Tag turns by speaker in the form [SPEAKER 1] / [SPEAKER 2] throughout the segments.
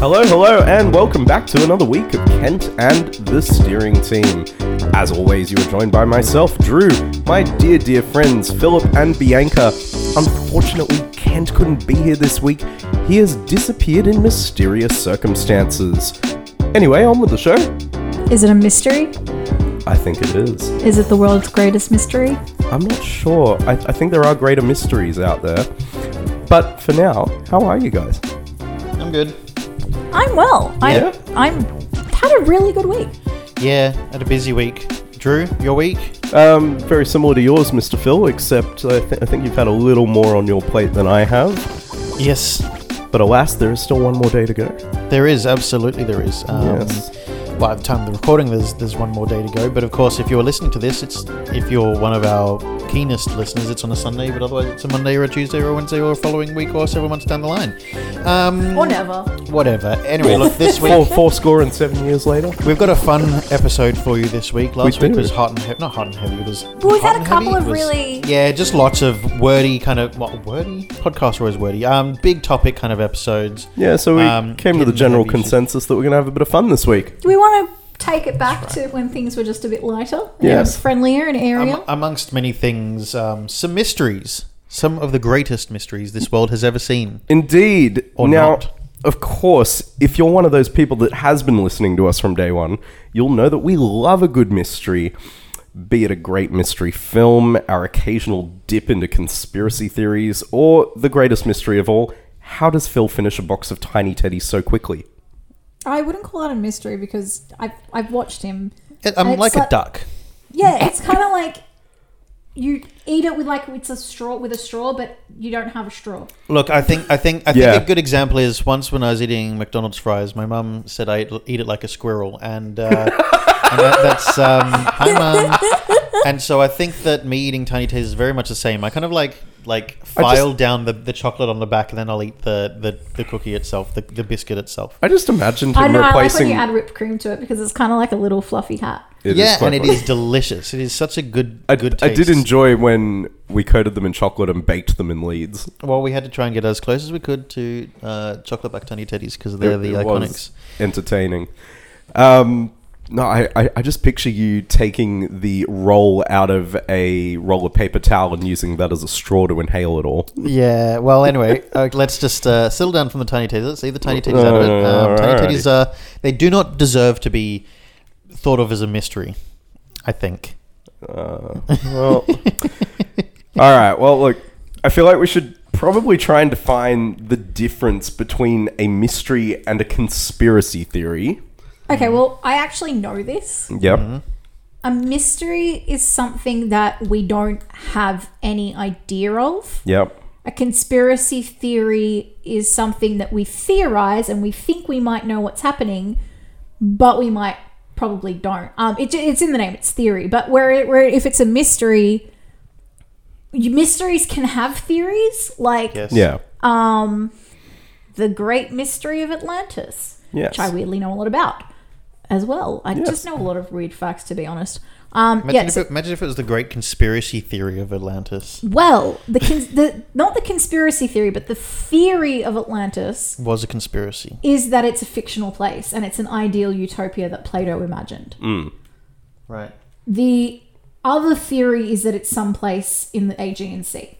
[SPEAKER 1] Hello, hello, and welcome back to another week of Kent and the Steering Team. As always, you are joined by myself, Drew, my dear, dear friends, Philip and Bianca. Unfortunately, Kent couldn't be here this week. He has disappeared in mysterious circumstances. Anyway, on with the show.
[SPEAKER 2] Is it a mystery?
[SPEAKER 1] I think it is.
[SPEAKER 2] Is it the world's greatest mystery?
[SPEAKER 1] I'm not sure. I, I think there are greater mysteries out there. But for now, how are you guys?
[SPEAKER 3] I'm good.
[SPEAKER 2] I'm well.
[SPEAKER 1] Yeah?
[SPEAKER 2] I, I'm had a really good week.
[SPEAKER 3] Yeah, had a busy week. Drew, your week?
[SPEAKER 1] Um, very similar to yours, Mr. Phil, except I, th- I think you've had a little more on your plate than I have.
[SPEAKER 3] Yes,
[SPEAKER 1] But alas, there is still one more day to go.
[SPEAKER 3] there is. Absolutely, there is. Um,
[SPEAKER 1] Yes.
[SPEAKER 3] By the time of the recording, there's there's one more day to go. But of course, if you're listening to this, it's if you're one of our keenest listeners, it's on a Sunday. But otherwise, it's a Monday or a Tuesday or a Wednesday or a following week or several months down the line. Um,
[SPEAKER 2] Or never.
[SPEAKER 3] Whatever. Anyway, look, this
[SPEAKER 1] Four,
[SPEAKER 3] week
[SPEAKER 1] four score and seven years later.
[SPEAKER 3] we've got a fun episode for you this week. Last
[SPEAKER 1] We
[SPEAKER 3] week
[SPEAKER 1] do.
[SPEAKER 3] was hot and heavy. Not hot and heavy. It was.
[SPEAKER 2] Well, we've
[SPEAKER 3] hot
[SPEAKER 2] had a
[SPEAKER 3] and
[SPEAKER 2] couple
[SPEAKER 3] heavy,
[SPEAKER 2] of
[SPEAKER 3] it was-
[SPEAKER 2] really-
[SPEAKER 3] Yeah, just lots of wordy kind of what wordy podcast or is wordy. Um, big topic kind of episodes.
[SPEAKER 1] Yeah, so we
[SPEAKER 3] Um,
[SPEAKER 1] came to the
[SPEAKER 3] getting
[SPEAKER 1] general
[SPEAKER 3] heavy shit.
[SPEAKER 1] consensus that we're going to have a bit of fun this week.
[SPEAKER 2] Do we want to take it back to when things were just a bit lighter?
[SPEAKER 1] Yes.
[SPEAKER 2] And friendlier and airier?
[SPEAKER 3] Am- amongst many things, um, some mysteries. Some of the greatest mysteries this world has ever seen.
[SPEAKER 1] Indeed.
[SPEAKER 3] Or
[SPEAKER 1] now,
[SPEAKER 3] not.
[SPEAKER 1] of course, if you're one of those people that has been listening to us from day one, you'll know that we love a good mystery. Be it a great mystery film, our occasional dip into conspiracy theories, or the greatest mystery of all, how does Phil finish a box of tiny teddies so quickly?
[SPEAKER 2] I wouldn't call it a mystery because I've, I've watched him.
[SPEAKER 3] It- I'm
[SPEAKER 2] It's
[SPEAKER 3] like
[SPEAKER 2] like-
[SPEAKER 3] a duck.
[SPEAKER 2] Yeah, it's kind of like you eat it with like it's a straw with a straw, but you don't have a straw.
[SPEAKER 3] Look, I think I think I think
[SPEAKER 1] Yeah.
[SPEAKER 3] a good example is once when I was eating McDonald's fries, my mum said I eat it like a squirrel, and, uh, and that, that's um, hi mum. And so I think that me eating Tiny Tays is very much the same. I kind of like like
[SPEAKER 1] I just-
[SPEAKER 3] file down the, the chocolate on the back, and then I'll eat the, the, the cookie itself, the, the biscuit itself.
[SPEAKER 1] I just imagined
[SPEAKER 2] I
[SPEAKER 1] him
[SPEAKER 2] know.
[SPEAKER 1] replacing.
[SPEAKER 2] I like when you add whipped cream to it because it's kind of like a little fluffy hat.
[SPEAKER 1] It is
[SPEAKER 3] yeah,
[SPEAKER 1] quite
[SPEAKER 3] and it
[SPEAKER 1] funny.
[SPEAKER 3] is delicious. It is such a good
[SPEAKER 1] I,
[SPEAKER 3] good.
[SPEAKER 1] I
[SPEAKER 3] Taste.
[SPEAKER 1] did enjoy when we coated them in chocolate and baked them in Leeds.
[SPEAKER 3] Well, we had to try and get as close as we could to uh, chocolate back Tiny Teddies because they're
[SPEAKER 1] It-
[SPEAKER 3] the
[SPEAKER 1] it
[SPEAKER 3] iconics.
[SPEAKER 1] was entertaining. Um, no, I, I, I just picture you taking the roll out of a roll of paper towel and using that as a straw to inhale it all.
[SPEAKER 3] Yeah. Well, anyway, uh, let's just uh, settle down from the tiny teddies. Let's leave the tiny teddies out of it.
[SPEAKER 1] Uh,
[SPEAKER 3] Um, tiny
[SPEAKER 1] alright.
[SPEAKER 3] teddies are they do not deserve to be thought of as a mystery. I think.
[SPEAKER 1] Uh, well, all right. Well, look, I feel like we should probably try and define the difference between a mystery and a conspiracy theory. Mm-hmm.
[SPEAKER 2] Okay, well, I actually know this.
[SPEAKER 1] Yep.
[SPEAKER 2] A mystery is something that we don't have any idea of.
[SPEAKER 1] Yep.
[SPEAKER 2] A conspiracy theory is something that we theorize and we think we might know what's happening, but we might probably don't. Um, it, it's in the name; it's theory. But where, it, where if it's a mystery, you- mysteries can have theories, like
[SPEAKER 3] Yes.
[SPEAKER 1] Yeah.
[SPEAKER 2] um, the Great Mystery of Atlantis,
[SPEAKER 1] Yes.
[SPEAKER 2] which I weirdly know a lot about as well. I
[SPEAKER 1] Yes.
[SPEAKER 2] just know a lot of weird facts, to be honest. Um,
[SPEAKER 3] Imagine,
[SPEAKER 2] yeah,
[SPEAKER 3] if
[SPEAKER 2] so-
[SPEAKER 3] it, imagine if it was the great conspiracy theory of Atlantis
[SPEAKER 2] well, the, cons- the not the conspiracy theory, but the theory of Atlantis
[SPEAKER 3] was a conspiracy.
[SPEAKER 2] is that it's a fictional place and it's an ideal utopia that Plato imagined.
[SPEAKER 3] Mm. Right.
[SPEAKER 2] The other theory is that it's someplace in the Aegean Sea,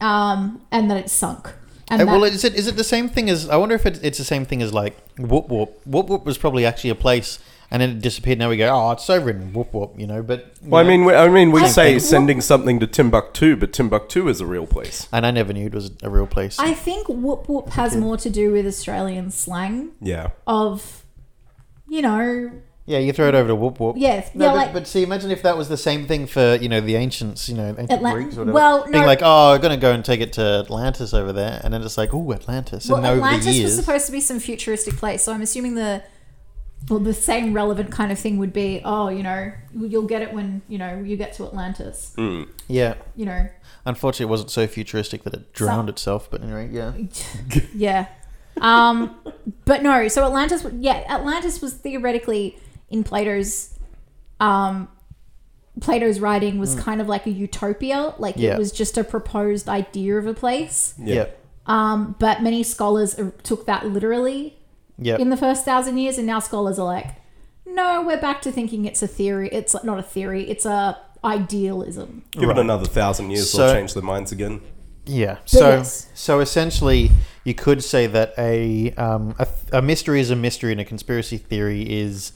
[SPEAKER 2] um, and that it's sunk. And that,
[SPEAKER 3] Uh, well, is it is it the same thing as? I wonder if it, it's the same thing as like whoop whoop whoop whoop was probably actually a place. And then it disappeared. Now we go, oh, it's over in whoop whoop, you know. But you
[SPEAKER 1] Well, I
[SPEAKER 3] know,
[SPEAKER 1] mean, we, I mean, we
[SPEAKER 2] I
[SPEAKER 1] say
[SPEAKER 2] think-
[SPEAKER 1] sending something to Timbuktu, but Timbuktu is a real place.
[SPEAKER 3] and I never knew it was a real place.
[SPEAKER 2] I think whoop whoop has more to do with Australian slang
[SPEAKER 1] Yeah.
[SPEAKER 2] of, you know,
[SPEAKER 3] Yeah, you throw it over to whoop whoop.
[SPEAKER 2] Yes,
[SPEAKER 3] no,
[SPEAKER 2] yeah,
[SPEAKER 3] but,
[SPEAKER 2] like-
[SPEAKER 3] but see, imagine if that was the same thing for you know the ancients, you know, ancient
[SPEAKER 2] Atla-
[SPEAKER 3] Greeks or whatever.
[SPEAKER 2] well,
[SPEAKER 3] being
[SPEAKER 2] no.
[SPEAKER 3] like, oh, we're gonna go and take it to Atlantis over there, and then it's like, oh, Atlantis,
[SPEAKER 2] well,
[SPEAKER 3] and over
[SPEAKER 2] Atlantis
[SPEAKER 3] the years,
[SPEAKER 2] was supposed to be some futuristic place, so I'm assuming the well, the same relevant kind of thing would be, oh, you know, you'll get it when you know you get to Atlantis.
[SPEAKER 3] Mm. yeah.
[SPEAKER 2] You know,
[SPEAKER 3] Unfortunately, it wasn't so futuristic that it drowned itself. But anyway, yeah,
[SPEAKER 2] yeah. Um, but no, so Atlantis, w- yeah, Atlantis was theoretically in Plato's, um, Plato's writing was kind of like a utopia, like
[SPEAKER 3] Mm. Yeah.
[SPEAKER 2] it was just a proposed idea of a place.
[SPEAKER 3] yeah,
[SPEAKER 2] Um, but many scholars uh, took that literally
[SPEAKER 3] Yep.
[SPEAKER 2] in the first thousand years, and now scholars are like, no, we're back to thinking it's a theory. It's not a theory. It's a idealism.
[SPEAKER 1] Give
[SPEAKER 3] Right.
[SPEAKER 1] it another thousand years,
[SPEAKER 3] So-
[SPEAKER 1] they'll change their minds again.
[SPEAKER 3] Yeah. So
[SPEAKER 2] yes.
[SPEAKER 3] so essentially, you could say that a um, a, th- a mystery is a mystery, and a conspiracy theory is,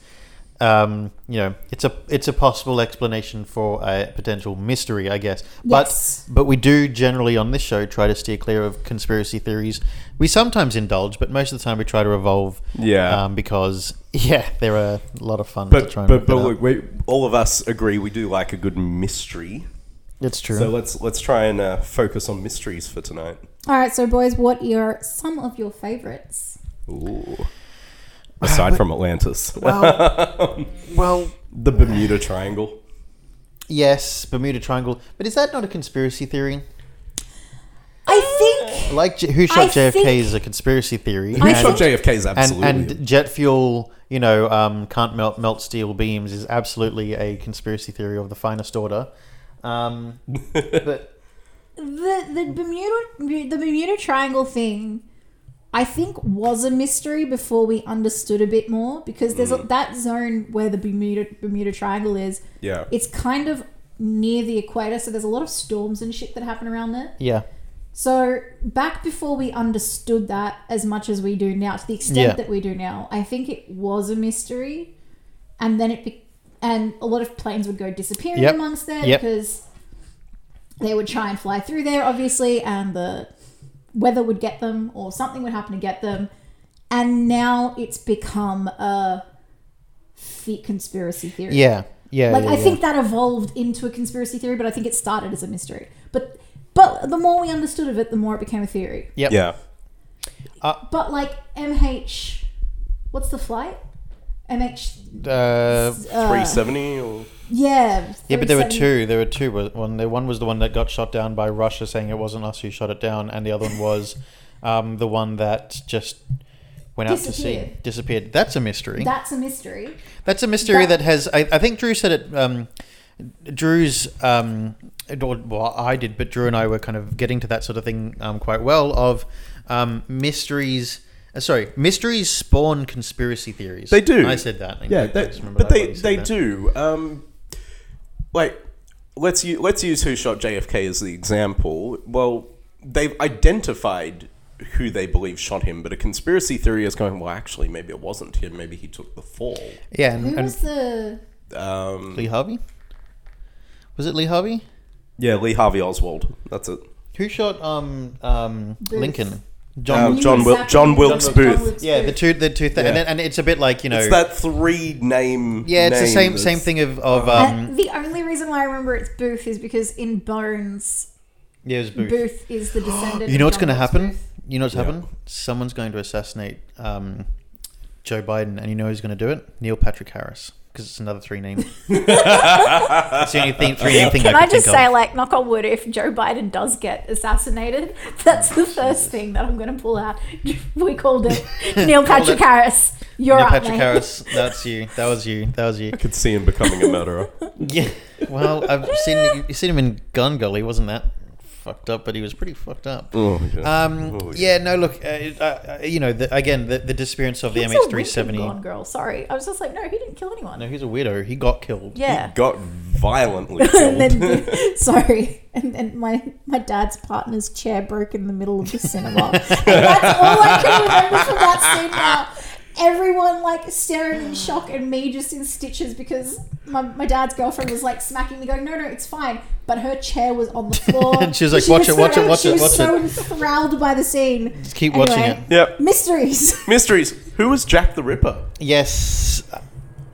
[SPEAKER 3] um, you know, it's a it's a possible explanation for a potential mystery, I guess.
[SPEAKER 2] Yes.
[SPEAKER 3] But but we do generally on this show try to steer clear of conspiracy theories. We sometimes indulge, but most of the time we try to evolve.
[SPEAKER 1] Yeah.
[SPEAKER 3] Um, because yeah, they're a lot of fun to
[SPEAKER 1] But
[SPEAKER 3] try and
[SPEAKER 1] but,
[SPEAKER 3] but,
[SPEAKER 1] but look, we, all of us agree we do like a good mystery.
[SPEAKER 3] It's true.
[SPEAKER 1] So let's let's try and uh, focus on mysteries for tonight.
[SPEAKER 2] All right, so boys, what are some of your favorites?
[SPEAKER 1] Ooh.
[SPEAKER 3] Uh,
[SPEAKER 1] Aside from Atlantis,
[SPEAKER 3] well, well,
[SPEAKER 1] the Bermuda Triangle.
[SPEAKER 3] yes, Bermuda Triangle. But is that not a conspiracy theory?
[SPEAKER 2] I think
[SPEAKER 3] Like J- who
[SPEAKER 2] I
[SPEAKER 3] shot JFK
[SPEAKER 2] think-
[SPEAKER 3] is a conspiracy theory.
[SPEAKER 1] Who
[SPEAKER 2] I
[SPEAKER 1] shot
[SPEAKER 2] think-
[SPEAKER 1] JFK is
[SPEAKER 3] and,
[SPEAKER 1] absolutely.
[SPEAKER 3] and jet fuel, you know, um, can't melt melt steel beams is absolutely a conspiracy theory of the finest order. Um, but
[SPEAKER 2] the the Bermuda the Bermuda Triangle thing, I think was a mystery before we understood a bit more because there's a, that zone where the Bermuda Bermuda Triangle is.
[SPEAKER 1] yeah.
[SPEAKER 2] It's kind of near the equator, so there's a lot of storms and shit that happen around there.
[SPEAKER 3] yeah,
[SPEAKER 2] So back before we understood that as much as we do now, to the extent
[SPEAKER 3] Yeah.
[SPEAKER 2] that we do now, I think it was a mystery, and then it be- and a lot of planes would go disappearing
[SPEAKER 3] Yep.
[SPEAKER 2] amongst there
[SPEAKER 3] Yep.
[SPEAKER 2] because they would try and fly through there, obviously, and the weather would get them or something would happen to get them, and now it's become a feet conspiracy theory.
[SPEAKER 3] yeah, yeah.
[SPEAKER 2] Like
[SPEAKER 3] yeah,
[SPEAKER 2] I
[SPEAKER 3] yeah.
[SPEAKER 2] think that evolved into a conspiracy theory, but I think it started as a mystery. But but the more we understood of it, the more it became a theory.
[SPEAKER 3] Yep.
[SPEAKER 1] Yeah.
[SPEAKER 2] But like MH, what's the flight? MH.
[SPEAKER 3] Uh,
[SPEAKER 2] Uh,
[SPEAKER 1] 370 or
[SPEAKER 2] yeah.
[SPEAKER 3] yeah, but there were
[SPEAKER 2] 37.
[SPEAKER 3] two. There were two. wa- One, the one was the one that got shot down by Russia, saying it wasn't us who shot it down, and the other one was um, the one that just went out to sea,
[SPEAKER 2] Disappeared.
[SPEAKER 3] disappeared. That's a mystery.
[SPEAKER 2] That's a mystery.
[SPEAKER 3] That's a mystery
[SPEAKER 2] That-
[SPEAKER 3] that, has. I, I think Drew said it. Um, Drew's. Um, or- well, I did, but Drew and I were kind of getting to that sort of thing um, quite well. Of um, mysteries. Uh, sorry, mysteries spawn conspiracy theories.
[SPEAKER 1] They do.
[SPEAKER 3] I said that. I
[SPEAKER 1] yeah,
[SPEAKER 3] think I
[SPEAKER 1] they-
[SPEAKER 3] just remember
[SPEAKER 1] but
[SPEAKER 3] that
[SPEAKER 1] they
[SPEAKER 3] when you said
[SPEAKER 1] they
[SPEAKER 3] that.
[SPEAKER 1] do. Um, like let's use, let's use who shot JFK as the example. Well, they've identified who they believe shot him, but a conspiracy theory is going, well, actually, maybe it wasn't him. Maybe he took the fall.
[SPEAKER 3] Yeah,
[SPEAKER 2] Who
[SPEAKER 3] and,
[SPEAKER 2] was
[SPEAKER 3] and
[SPEAKER 2] the?
[SPEAKER 1] Um,
[SPEAKER 3] Lee Harvey. Was it Lee Harvey
[SPEAKER 1] yeah, Lee Harvey Oswald. That's it.
[SPEAKER 3] who shot um, um,
[SPEAKER 2] Booth.
[SPEAKER 3] Lincoln?
[SPEAKER 1] Um,
[SPEAKER 3] John.
[SPEAKER 2] Knew
[SPEAKER 1] John Wil-
[SPEAKER 2] exactly-
[SPEAKER 1] John Wilkes
[SPEAKER 2] John
[SPEAKER 1] Booth.
[SPEAKER 2] Wilkes
[SPEAKER 3] yeah, the
[SPEAKER 2] Booth.
[SPEAKER 3] two, the two, th-
[SPEAKER 1] Yeah.
[SPEAKER 3] and, then- and it's a bit like you know,
[SPEAKER 1] It's that three name.
[SPEAKER 3] yeah, it's the
[SPEAKER 1] name
[SPEAKER 3] same
[SPEAKER 1] that's-
[SPEAKER 3] same thing of of
[SPEAKER 1] Uh,
[SPEAKER 2] And
[SPEAKER 3] um,
[SPEAKER 2] Uh, the only reason why I remember it's Booth is because in Bones,
[SPEAKER 3] yeah, it was Booth.
[SPEAKER 2] Booth is the descendant.
[SPEAKER 3] You
[SPEAKER 2] of
[SPEAKER 3] know what's
[SPEAKER 2] John
[SPEAKER 3] going to
[SPEAKER 2] Wilkes
[SPEAKER 3] happen?
[SPEAKER 2] Booth.
[SPEAKER 3] You know what's
[SPEAKER 1] Yeah.
[SPEAKER 3] happened? Someone's going to assassinate um, Joe Biden, and you know who's going to do it? Neil Patrick Harris, because it's another three name. it's the only thing, three name thing
[SPEAKER 2] Can
[SPEAKER 3] I
[SPEAKER 2] I
[SPEAKER 3] could
[SPEAKER 2] just
[SPEAKER 3] think
[SPEAKER 2] say,
[SPEAKER 3] of.
[SPEAKER 2] like, knock on wood, if Joe Biden does get assassinated, that's the first thing that I'm going to pull out. We called it Neil Patrick
[SPEAKER 3] it.
[SPEAKER 2] Harris. You're
[SPEAKER 3] Neil
[SPEAKER 2] up,
[SPEAKER 3] Patrick
[SPEAKER 2] mate.
[SPEAKER 3] Harris, that's you. That was you. That was you.
[SPEAKER 1] I could see him becoming a murderer.
[SPEAKER 3] Yeah. Well, I've seen you seen him in Gun Gully, wasn't that fucked up? But he was pretty fucked up.
[SPEAKER 1] oh, yeah.
[SPEAKER 3] Um,
[SPEAKER 1] Oh,
[SPEAKER 3] yeah. No. Look. Uh, it- uh, uh, you know. The, again, the, the disappearance of the
[SPEAKER 2] He was a wicked
[SPEAKER 3] MH370.
[SPEAKER 2] Gone girl. Sorry, I was just like, no, he didn't kill anyone.
[SPEAKER 3] No, he's a weirdo. He got killed.
[SPEAKER 2] yeah.
[SPEAKER 1] Got violently
[SPEAKER 2] and
[SPEAKER 1] killed.
[SPEAKER 2] then, sorry, and then my my dad's partner's chair broke in the middle of the cinema. and that's all I can remember from that scene. Now. Everyone like staring in shock, and me just in stitches because my, my dad's girlfriend was like smacking me, going, "No, no, it's fine." But her chair was on the floor,
[SPEAKER 3] And she was like, "Watch it, watch it, watch
[SPEAKER 2] she
[SPEAKER 3] it,
[SPEAKER 2] was
[SPEAKER 3] watch
[SPEAKER 2] so
[SPEAKER 3] it."
[SPEAKER 2] enthralled by the scene.
[SPEAKER 3] Just keep watching it.
[SPEAKER 1] yep.
[SPEAKER 2] Mysteries.
[SPEAKER 1] Mysteries. Who was Jack the Ripper?
[SPEAKER 3] Yes.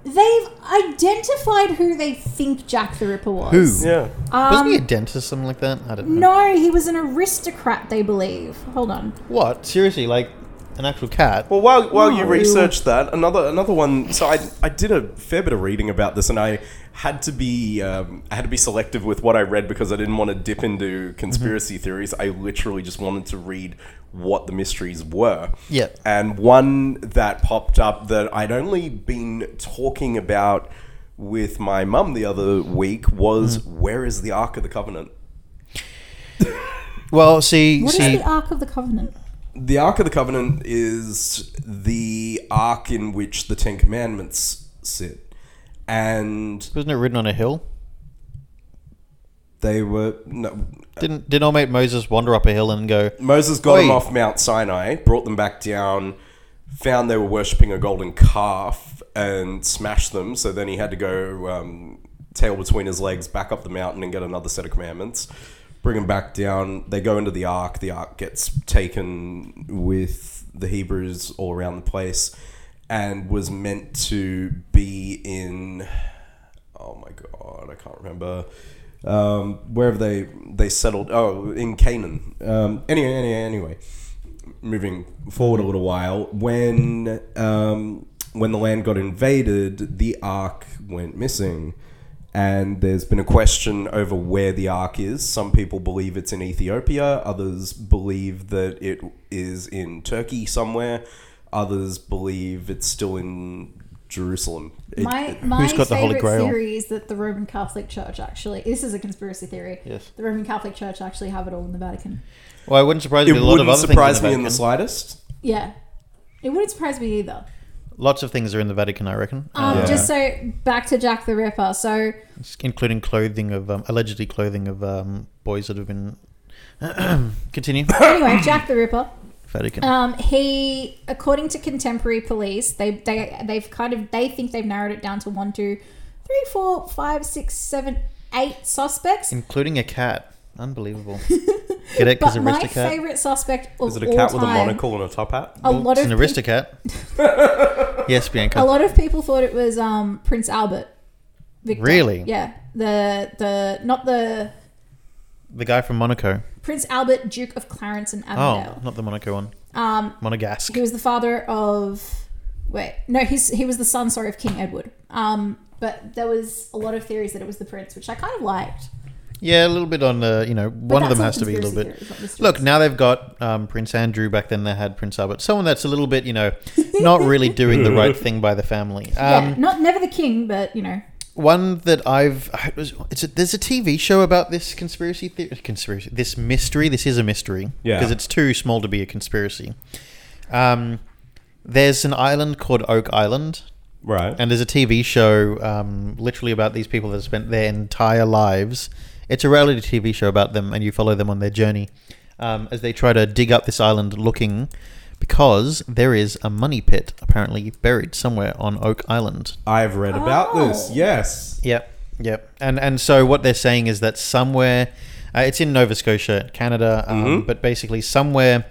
[SPEAKER 2] They've identified who they think Jack the Ripper was.
[SPEAKER 3] Who?
[SPEAKER 1] Yeah.
[SPEAKER 3] Wasn't he a dentist, something like that? I don't know.
[SPEAKER 2] Um, No, he was an aristocrat, they believe. Hold on.
[SPEAKER 3] What? Seriously, like an actual cat?
[SPEAKER 1] Well, while, while you
[SPEAKER 2] No.
[SPEAKER 1] research that, another another one. So I, I did a fair bit of reading about this, and I had to be um, I had to be selective with what I read because I didn't want to dip into conspiracy theories. I literally just wanted to read what the mysteries were.
[SPEAKER 3] Yeah.
[SPEAKER 1] And one that popped up that I'd only been talking about with my mum the other week was where is the Ark of the Covenant?
[SPEAKER 3] Well, see,
[SPEAKER 2] What is
[SPEAKER 3] see,
[SPEAKER 2] the Ark of the Covenant?
[SPEAKER 1] The Ark of the Covenant is the ark in which the Ten Commandments sit, and
[SPEAKER 3] wasn't it written on a hill?
[SPEAKER 1] they were no,
[SPEAKER 3] Didn't didn't old mate Moses wander up a hill and go?
[SPEAKER 1] Moses got them
[SPEAKER 3] Wait.
[SPEAKER 1] off Mount Sinai, brought them back down, found they were worshipping a golden calf, and smashed them. So then he had to go um, tail between his legs back up the mountain and get another set of commandments. Bring them back down. They go into the ark. The ark gets taken with the Hebrews all around the place and was meant to be in. Oh my god, I can't remember. Um, wherever they they settled. Oh, in Canaan. Um, anyway, anyway, anyway. Moving forward a little while, when um, when the land got invaded, the ark went missing, and there's been a question over where the ark is. Some people believe it's in Ethiopia. Others believe that it is in Turkey somewhere. Others believe it's still in Jerusalem. It-
[SPEAKER 2] My my
[SPEAKER 3] got the Holy
[SPEAKER 2] favorite
[SPEAKER 3] Grail?
[SPEAKER 2] theory is that the Roman Catholic Church actually this is a conspiracy theory.
[SPEAKER 3] Yes.
[SPEAKER 2] The Roman Catholic Church actually have it all in the Vatican.
[SPEAKER 3] Well, it wouldn't surprise me.
[SPEAKER 1] it
[SPEAKER 3] A lot of
[SPEAKER 1] wouldn't
[SPEAKER 3] other
[SPEAKER 1] surprise
[SPEAKER 3] things
[SPEAKER 1] me
[SPEAKER 3] in
[SPEAKER 1] in
[SPEAKER 3] the
[SPEAKER 1] the
[SPEAKER 3] Vatican.
[SPEAKER 1] slightest.
[SPEAKER 2] Yeah. It wouldn't surprise me either.
[SPEAKER 3] Lots of things are in the Vatican, I reckon,
[SPEAKER 2] Um,
[SPEAKER 1] Yeah.
[SPEAKER 2] Just so back to Jack the Ripper. So
[SPEAKER 3] including clothing of um, allegedly clothing of um, boys that have been. Continue.
[SPEAKER 2] anyway, Jack the Ripper.
[SPEAKER 3] Vatican.
[SPEAKER 2] Um, he, according to contemporary police, they they they've kind of they think they've narrowed it down to one, two, three, four, five, six, seven, eight suspects.
[SPEAKER 3] including a cat. Unbelievable. Get it? Because
[SPEAKER 2] But my
[SPEAKER 3] Aristocat.
[SPEAKER 2] favorite suspect of
[SPEAKER 1] Is it a
[SPEAKER 2] all
[SPEAKER 1] cat
[SPEAKER 2] time,
[SPEAKER 1] with a monocle and a top hat?
[SPEAKER 2] a lot
[SPEAKER 3] It's
[SPEAKER 2] of
[SPEAKER 3] an
[SPEAKER 2] peop-
[SPEAKER 3] Aristocat. yes, Bianca.
[SPEAKER 2] a lot of people thought it was um, Prince Albert. Victor.
[SPEAKER 3] Really?
[SPEAKER 2] Yeah. The the not the
[SPEAKER 3] The guy from Monaco.
[SPEAKER 2] Prince Albert, Duke of Clarence and
[SPEAKER 3] Oh,
[SPEAKER 2] Avondale.
[SPEAKER 3] not the Monaco one.
[SPEAKER 2] Um,
[SPEAKER 3] Monegasque.
[SPEAKER 2] he was the father of wait no he's he was the son sorry of King Edward. Um, but there was a lot of theories that it was the prince, which I kind of liked.
[SPEAKER 3] Yeah, a little bit on the, you know,
[SPEAKER 2] But
[SPEAKER 3] one of
[SPEAKER 2] that's
[SPEAKER 3] them
[SPEAKER 2] all
[SPEAKER 3] has to be a little bit.
[SPEAKER 2] conspiracy theories, not
[SPEAKER 3] Look,
[SPEAKER 2] mysteries.
[SPEAKER 3] now they've got um, Prince Andrew. Back then they had Prince Albert. Someone that's a little bit, you know, not really doing the right thing by the family. Um,
[SPEAKER 2] yeah, not never the king, but you know,
[SPEAKER 3] One that I've it was- it's a, there's a TV show about this conspiracy theory, conspiracy this mystery. This is a mystery
[SPEAKER 1] Yeah.
[SPEAKER 3] because it's too small to be a conspiracy. Um, there's an island called Oak Island,
[SPEAKER 1] Right.
[SPEAKER 3] and there's a TV show um, literally about these people that have spent their entire lives. It's a reality TV show about them, and you follow them on their journey um, as they try to dig up this island looking because there is a money pit apparently buried somewhere on Oak Island.
[SPEAKER 1] I've read about this.
[SPEAKER 2] Oh.
[SPEAKER 1] Yes.
[SPEAKER 3] Yep, yep. And and so what they're saying is that somewhere, uh, it's in Nova Scotia, Canada, um,
[SPEAKER 1] Mm-hmm.
[SPEAKER 3] but basically somewhere,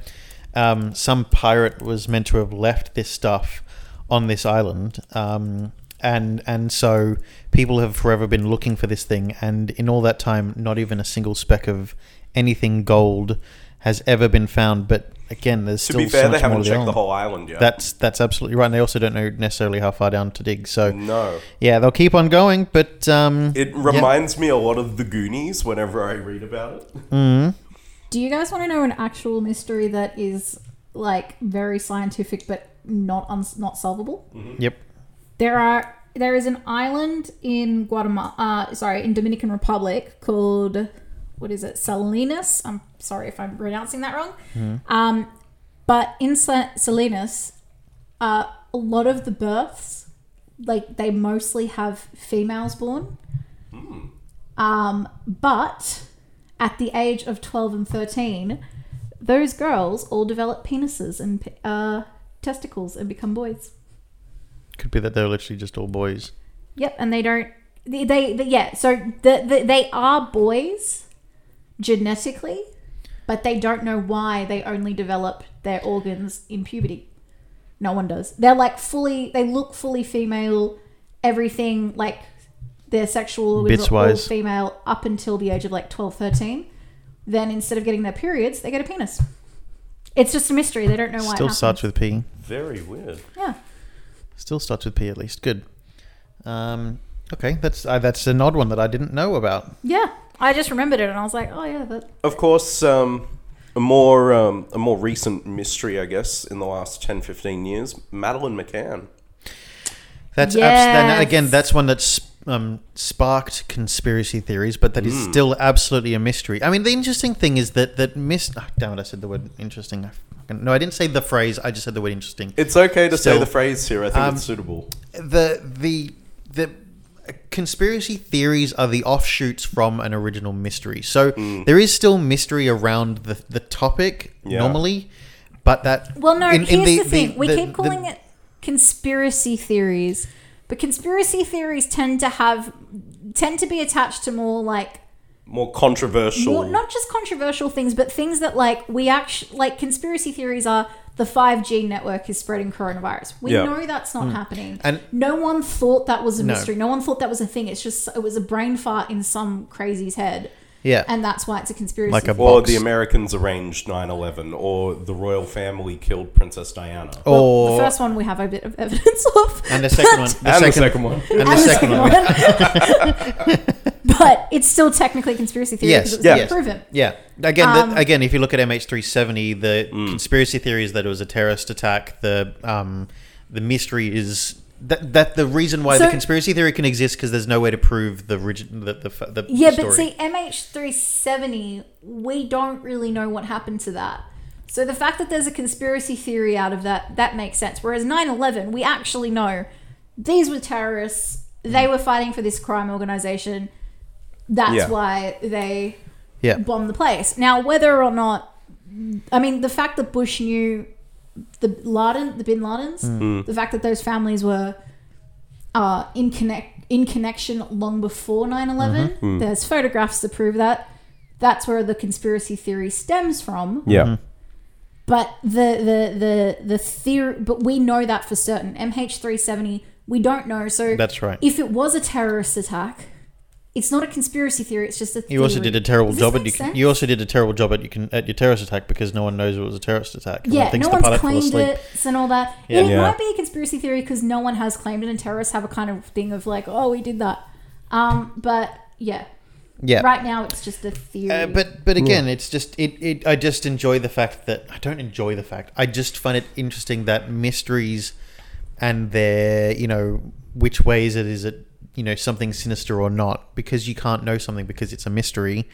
[SPEAKER 3] um, some pirate was meant to have left this stuff on this island. Um, and, and so people have forever been looking for this thing, and in all that time, not even a single speck of anything gold has ever been found. But again, there's
[SPEAKER 1] To
[SPEAKER 3] still
[SPEAKER 1] be fair,
[SPEAKER 3] so much
[SPEAKER 1] they haven't
[SPEAKER 3] more to
[SPEAKER 1] checked
[SPEAKER 3] go
[SPEAKER 1] the
[SPEAKER 3] on.
[SPEAKER 1] whole island yet.
[SPEAKER 3] That's that's absolutely right. And they also don't know necessarily how far down to dig. So
[SPEAKER 1] no.
[SPEAKER 3] yeah, they'll keep on going, but um,
[SPEAKER 1] It
[SPEAKER 3] yeah.
[SPEAKER 1] reminds me a lot of the Goonies whenever I read about it.
[SPEAKER 2] do you guys want to know an actual mystery that is like very scientific but not uns not solvable?
[SPEAKER 3] Yep.
[SPEAKER 2] There are there is an island in Guatemala, uh, sorry, in Dominican Republic called what is it, Salinas? I'm sorry if I'm pronouncing that wrong. Um, but in Sa- Salinas, uh, a lot of the births, like they mostly have females born. Um, but at the age of twelve and thirteen, those girls all develop penises and pe- uh, testicles and become boys.
[SPEAKER 3] Could be that they're literally just all boys.
[SPEAKER 2] Yep, and they don't. They, they, they- yeah. So the, the, they are boys genetically, but they don't know why they only develop their organs in puberty. No one does. They're like fully. They look fully female. Everything like their sexual organs
[SPEAKER 3] Bits
[SPEAKER 2] are all
[SPEAKER 3] wise.
[SPEAKER 2] female up until the age of like 12, 13. Then instead of getting their periods, they get a penis. It's just a mystery. They don't know why.
[SPEAKER 3] Still
[SPEAKER 2] it
[SPEAKER 3] starts
[SPEAKER 2] happens.
[SPEAKER 3] with P.
[SPEAKER 1] Very weird.
[SPEAKER 2] yeah.
[SPEAKER 3] Still starts with P at least. Good. Um, okay, that's uh, that's an odd one that I didn't know about.
[SPEAKER 2] Yeah. I just remembered it and I was like, oh yeah, that
[SPEAKER 1] Of course, um, a more um, a more recent mystery, I guess, in the last 10, 15 years, Madeline McCann.
[SPEAKER 3] That's abs- and
[SPEAKER 2] Yes.
[SPEAKER 3] again, that's one that's um, sparked conspiracy theories, but that is still absolutely a mystery. I mean, the interesting thing is that that mis. Oh, damn it! I said the word interesting. I fucking- no, I didn't say the phrase. I just said the word interesting.
[SPEAKER 1] It's okay to say
[SPEAKER 3] Still-
[SPEAKER 1] the phrase here. I think
[SPEAKER 3] Um,
[SPEAKER 1] it's suitable.
[SPEAKER 3] the the the conspiracy theories are the offshoots from an original mystery. So there is still mystery around the the topic
[SPEAKER 1] Hmm. Yeah.
[SPEAKER 3] normally, but that
[SPEAKER 2] Well, no,
[SPEAKER 3] in- in
[SPEAKER 2] here's the, thing. we
[SPEAKER 3] the-
[SPEAKER 2] keep
[SPEAKER 3] the-
[SPEAKER 2] calling it conspiracy theories, but conspiracy theories tend to have tend to be attached to more like
[SPEAKER 1] More controversial.
[SPEAKER 2] more, not just controversial things, but things that like we actually like conspiracy theories are the 5G network is spreading coronavirus. We
[SPEAKER 1] Yeah.
[SPEAKER 2] know that's not happening.
[SPEAKER 3] Hmm. And-
[SPEAKER 2] no one thought that was a
[SPEAKER 3] No.
[SPEAKER 2] mystery. No one thought that was a thing. It's just it was a brain fart in some crazy's head.
[SPEAKER 3] yeah.
[SPEAKER 2] And that's why it's a conspiracy.
[SPEAKER 3] Uh, Like a
[SPEAKER 2] theory.
[SPEAKER 1] or
[SPEAKER 3] box.
[SPEAKER 1] the Americans arranged 9 11, or the royal family killed Princess Diana.
[SPEAKER 3] Oh,
[SPEAKER 2] Well,
[SPEAKER 3] or
[SPEAKER 2] the first one we have a bit of evidence of.
[SPEAKER 3] and the second one, the
[SPEAKER 1] and
[SPEAKER 3] second,
[SPEAKER 1] the second one.
[SPEAKER 3] and the
[SPEAKER 2] And the
[SPEAKER 3] second one,
[SPEAKER 2] one. but it's still technically conspiracy theory
[SPEAKER 3] Yes,
[SPEAKER 2] because it was
[SPEAKER 3] yeah.
[SPEAKER 2] never proven.
[SPEAKER 3] yeah. Again,
[SPEAKER 2] Um,
[SPEAKER 3] the, again, if you look at MH370, the
[SPEAKER 1] Hmm.
[SPEAKER 3] conspiracy theory is that it was a terrorist attack. The um, the mystery is. That, that the reason why
[SPEAKER 2] So-
[SPEAKER 3] the conspiracy theory can exist because there's no way to prove the origin the the, f- the
[SPEAKER 2] Yeah,
[SPEAKER 3] story.
[SPEAKER 2] but see, MH370, we don't really know what happened to that. So the fact that there's a conspiracy theory out of that, that makes sense. Whereas 9 11, we actually know these were terrorists,
[SPEAKER 3] Mm.
[SPEAKER 2] they were fighting for this crime organization. That's
[SPEAKER 1] Yeah.
[SPEAKER 2] why they
[SPEAKER 3] yeah
[SPEAKER 2] bomb the place. Now, whether or not, I mean, the fact that Bush knew the Laden, the Bin Ladens, the fact that those families were uh, in connect in connection long before 9-11, there's photographs to prove that. That's where the conspiracy theory stems from.
[SPEAKER 1] Yeah.
[SPEAKER 2] But the the the the theory, but we know that for certain. MH370, we don't know. So
[SPEAKER 3] That's right.
[SPEAKER 2] If it was a terrorist attack. It's not a conspiracy theory. It's just a.
[SPEAKER 3] You also
[SPEAKER 2] theory.
[SPEAKER 3] did a terrible
[SPEAKER 2] Does this
[SPEAKER 3] job at
[SPEAKER 2] make
[SPEAKER 3] you,
[SPEAKER 2] sense?
[SPEAKER 3] you also did a terrible job at you can at your terrorist attack because no one knows it was a terrorist attack. Everyone
[SPEAKER 2] Yeah,
[SPEAKER 3] thinks
[SPEAKER 2] no
[SPEAKER 3] the
[SPEAKER 2] one's
[SPEAKER 3] pilot fell
[SPEAKER 2] claimed
[SPEAKER 3] asleep.
[SPEAKER 2] it and all that.
[SPEAKER 3] Yeah.
[SPEAKER 2] And it
[SPEAKER 1] Yeah.
[SPEAKER 2] might be a conspiracy theory because no one has claimed it, and terrorists have a kind of thing of like, oh, we did that. Um, but yeah,
[SPEAKER 3] Yeah.
[SPEAKER 2] right now it's just a theory.
[SPEAKER 3] Uh, but but again, it's just it, it. I just enjoy the fact that I don't enjoy the fact. I just find it interesting that mysteries and their you know which way is it is it you know something sinister or not because you can't know something because it's a mystery.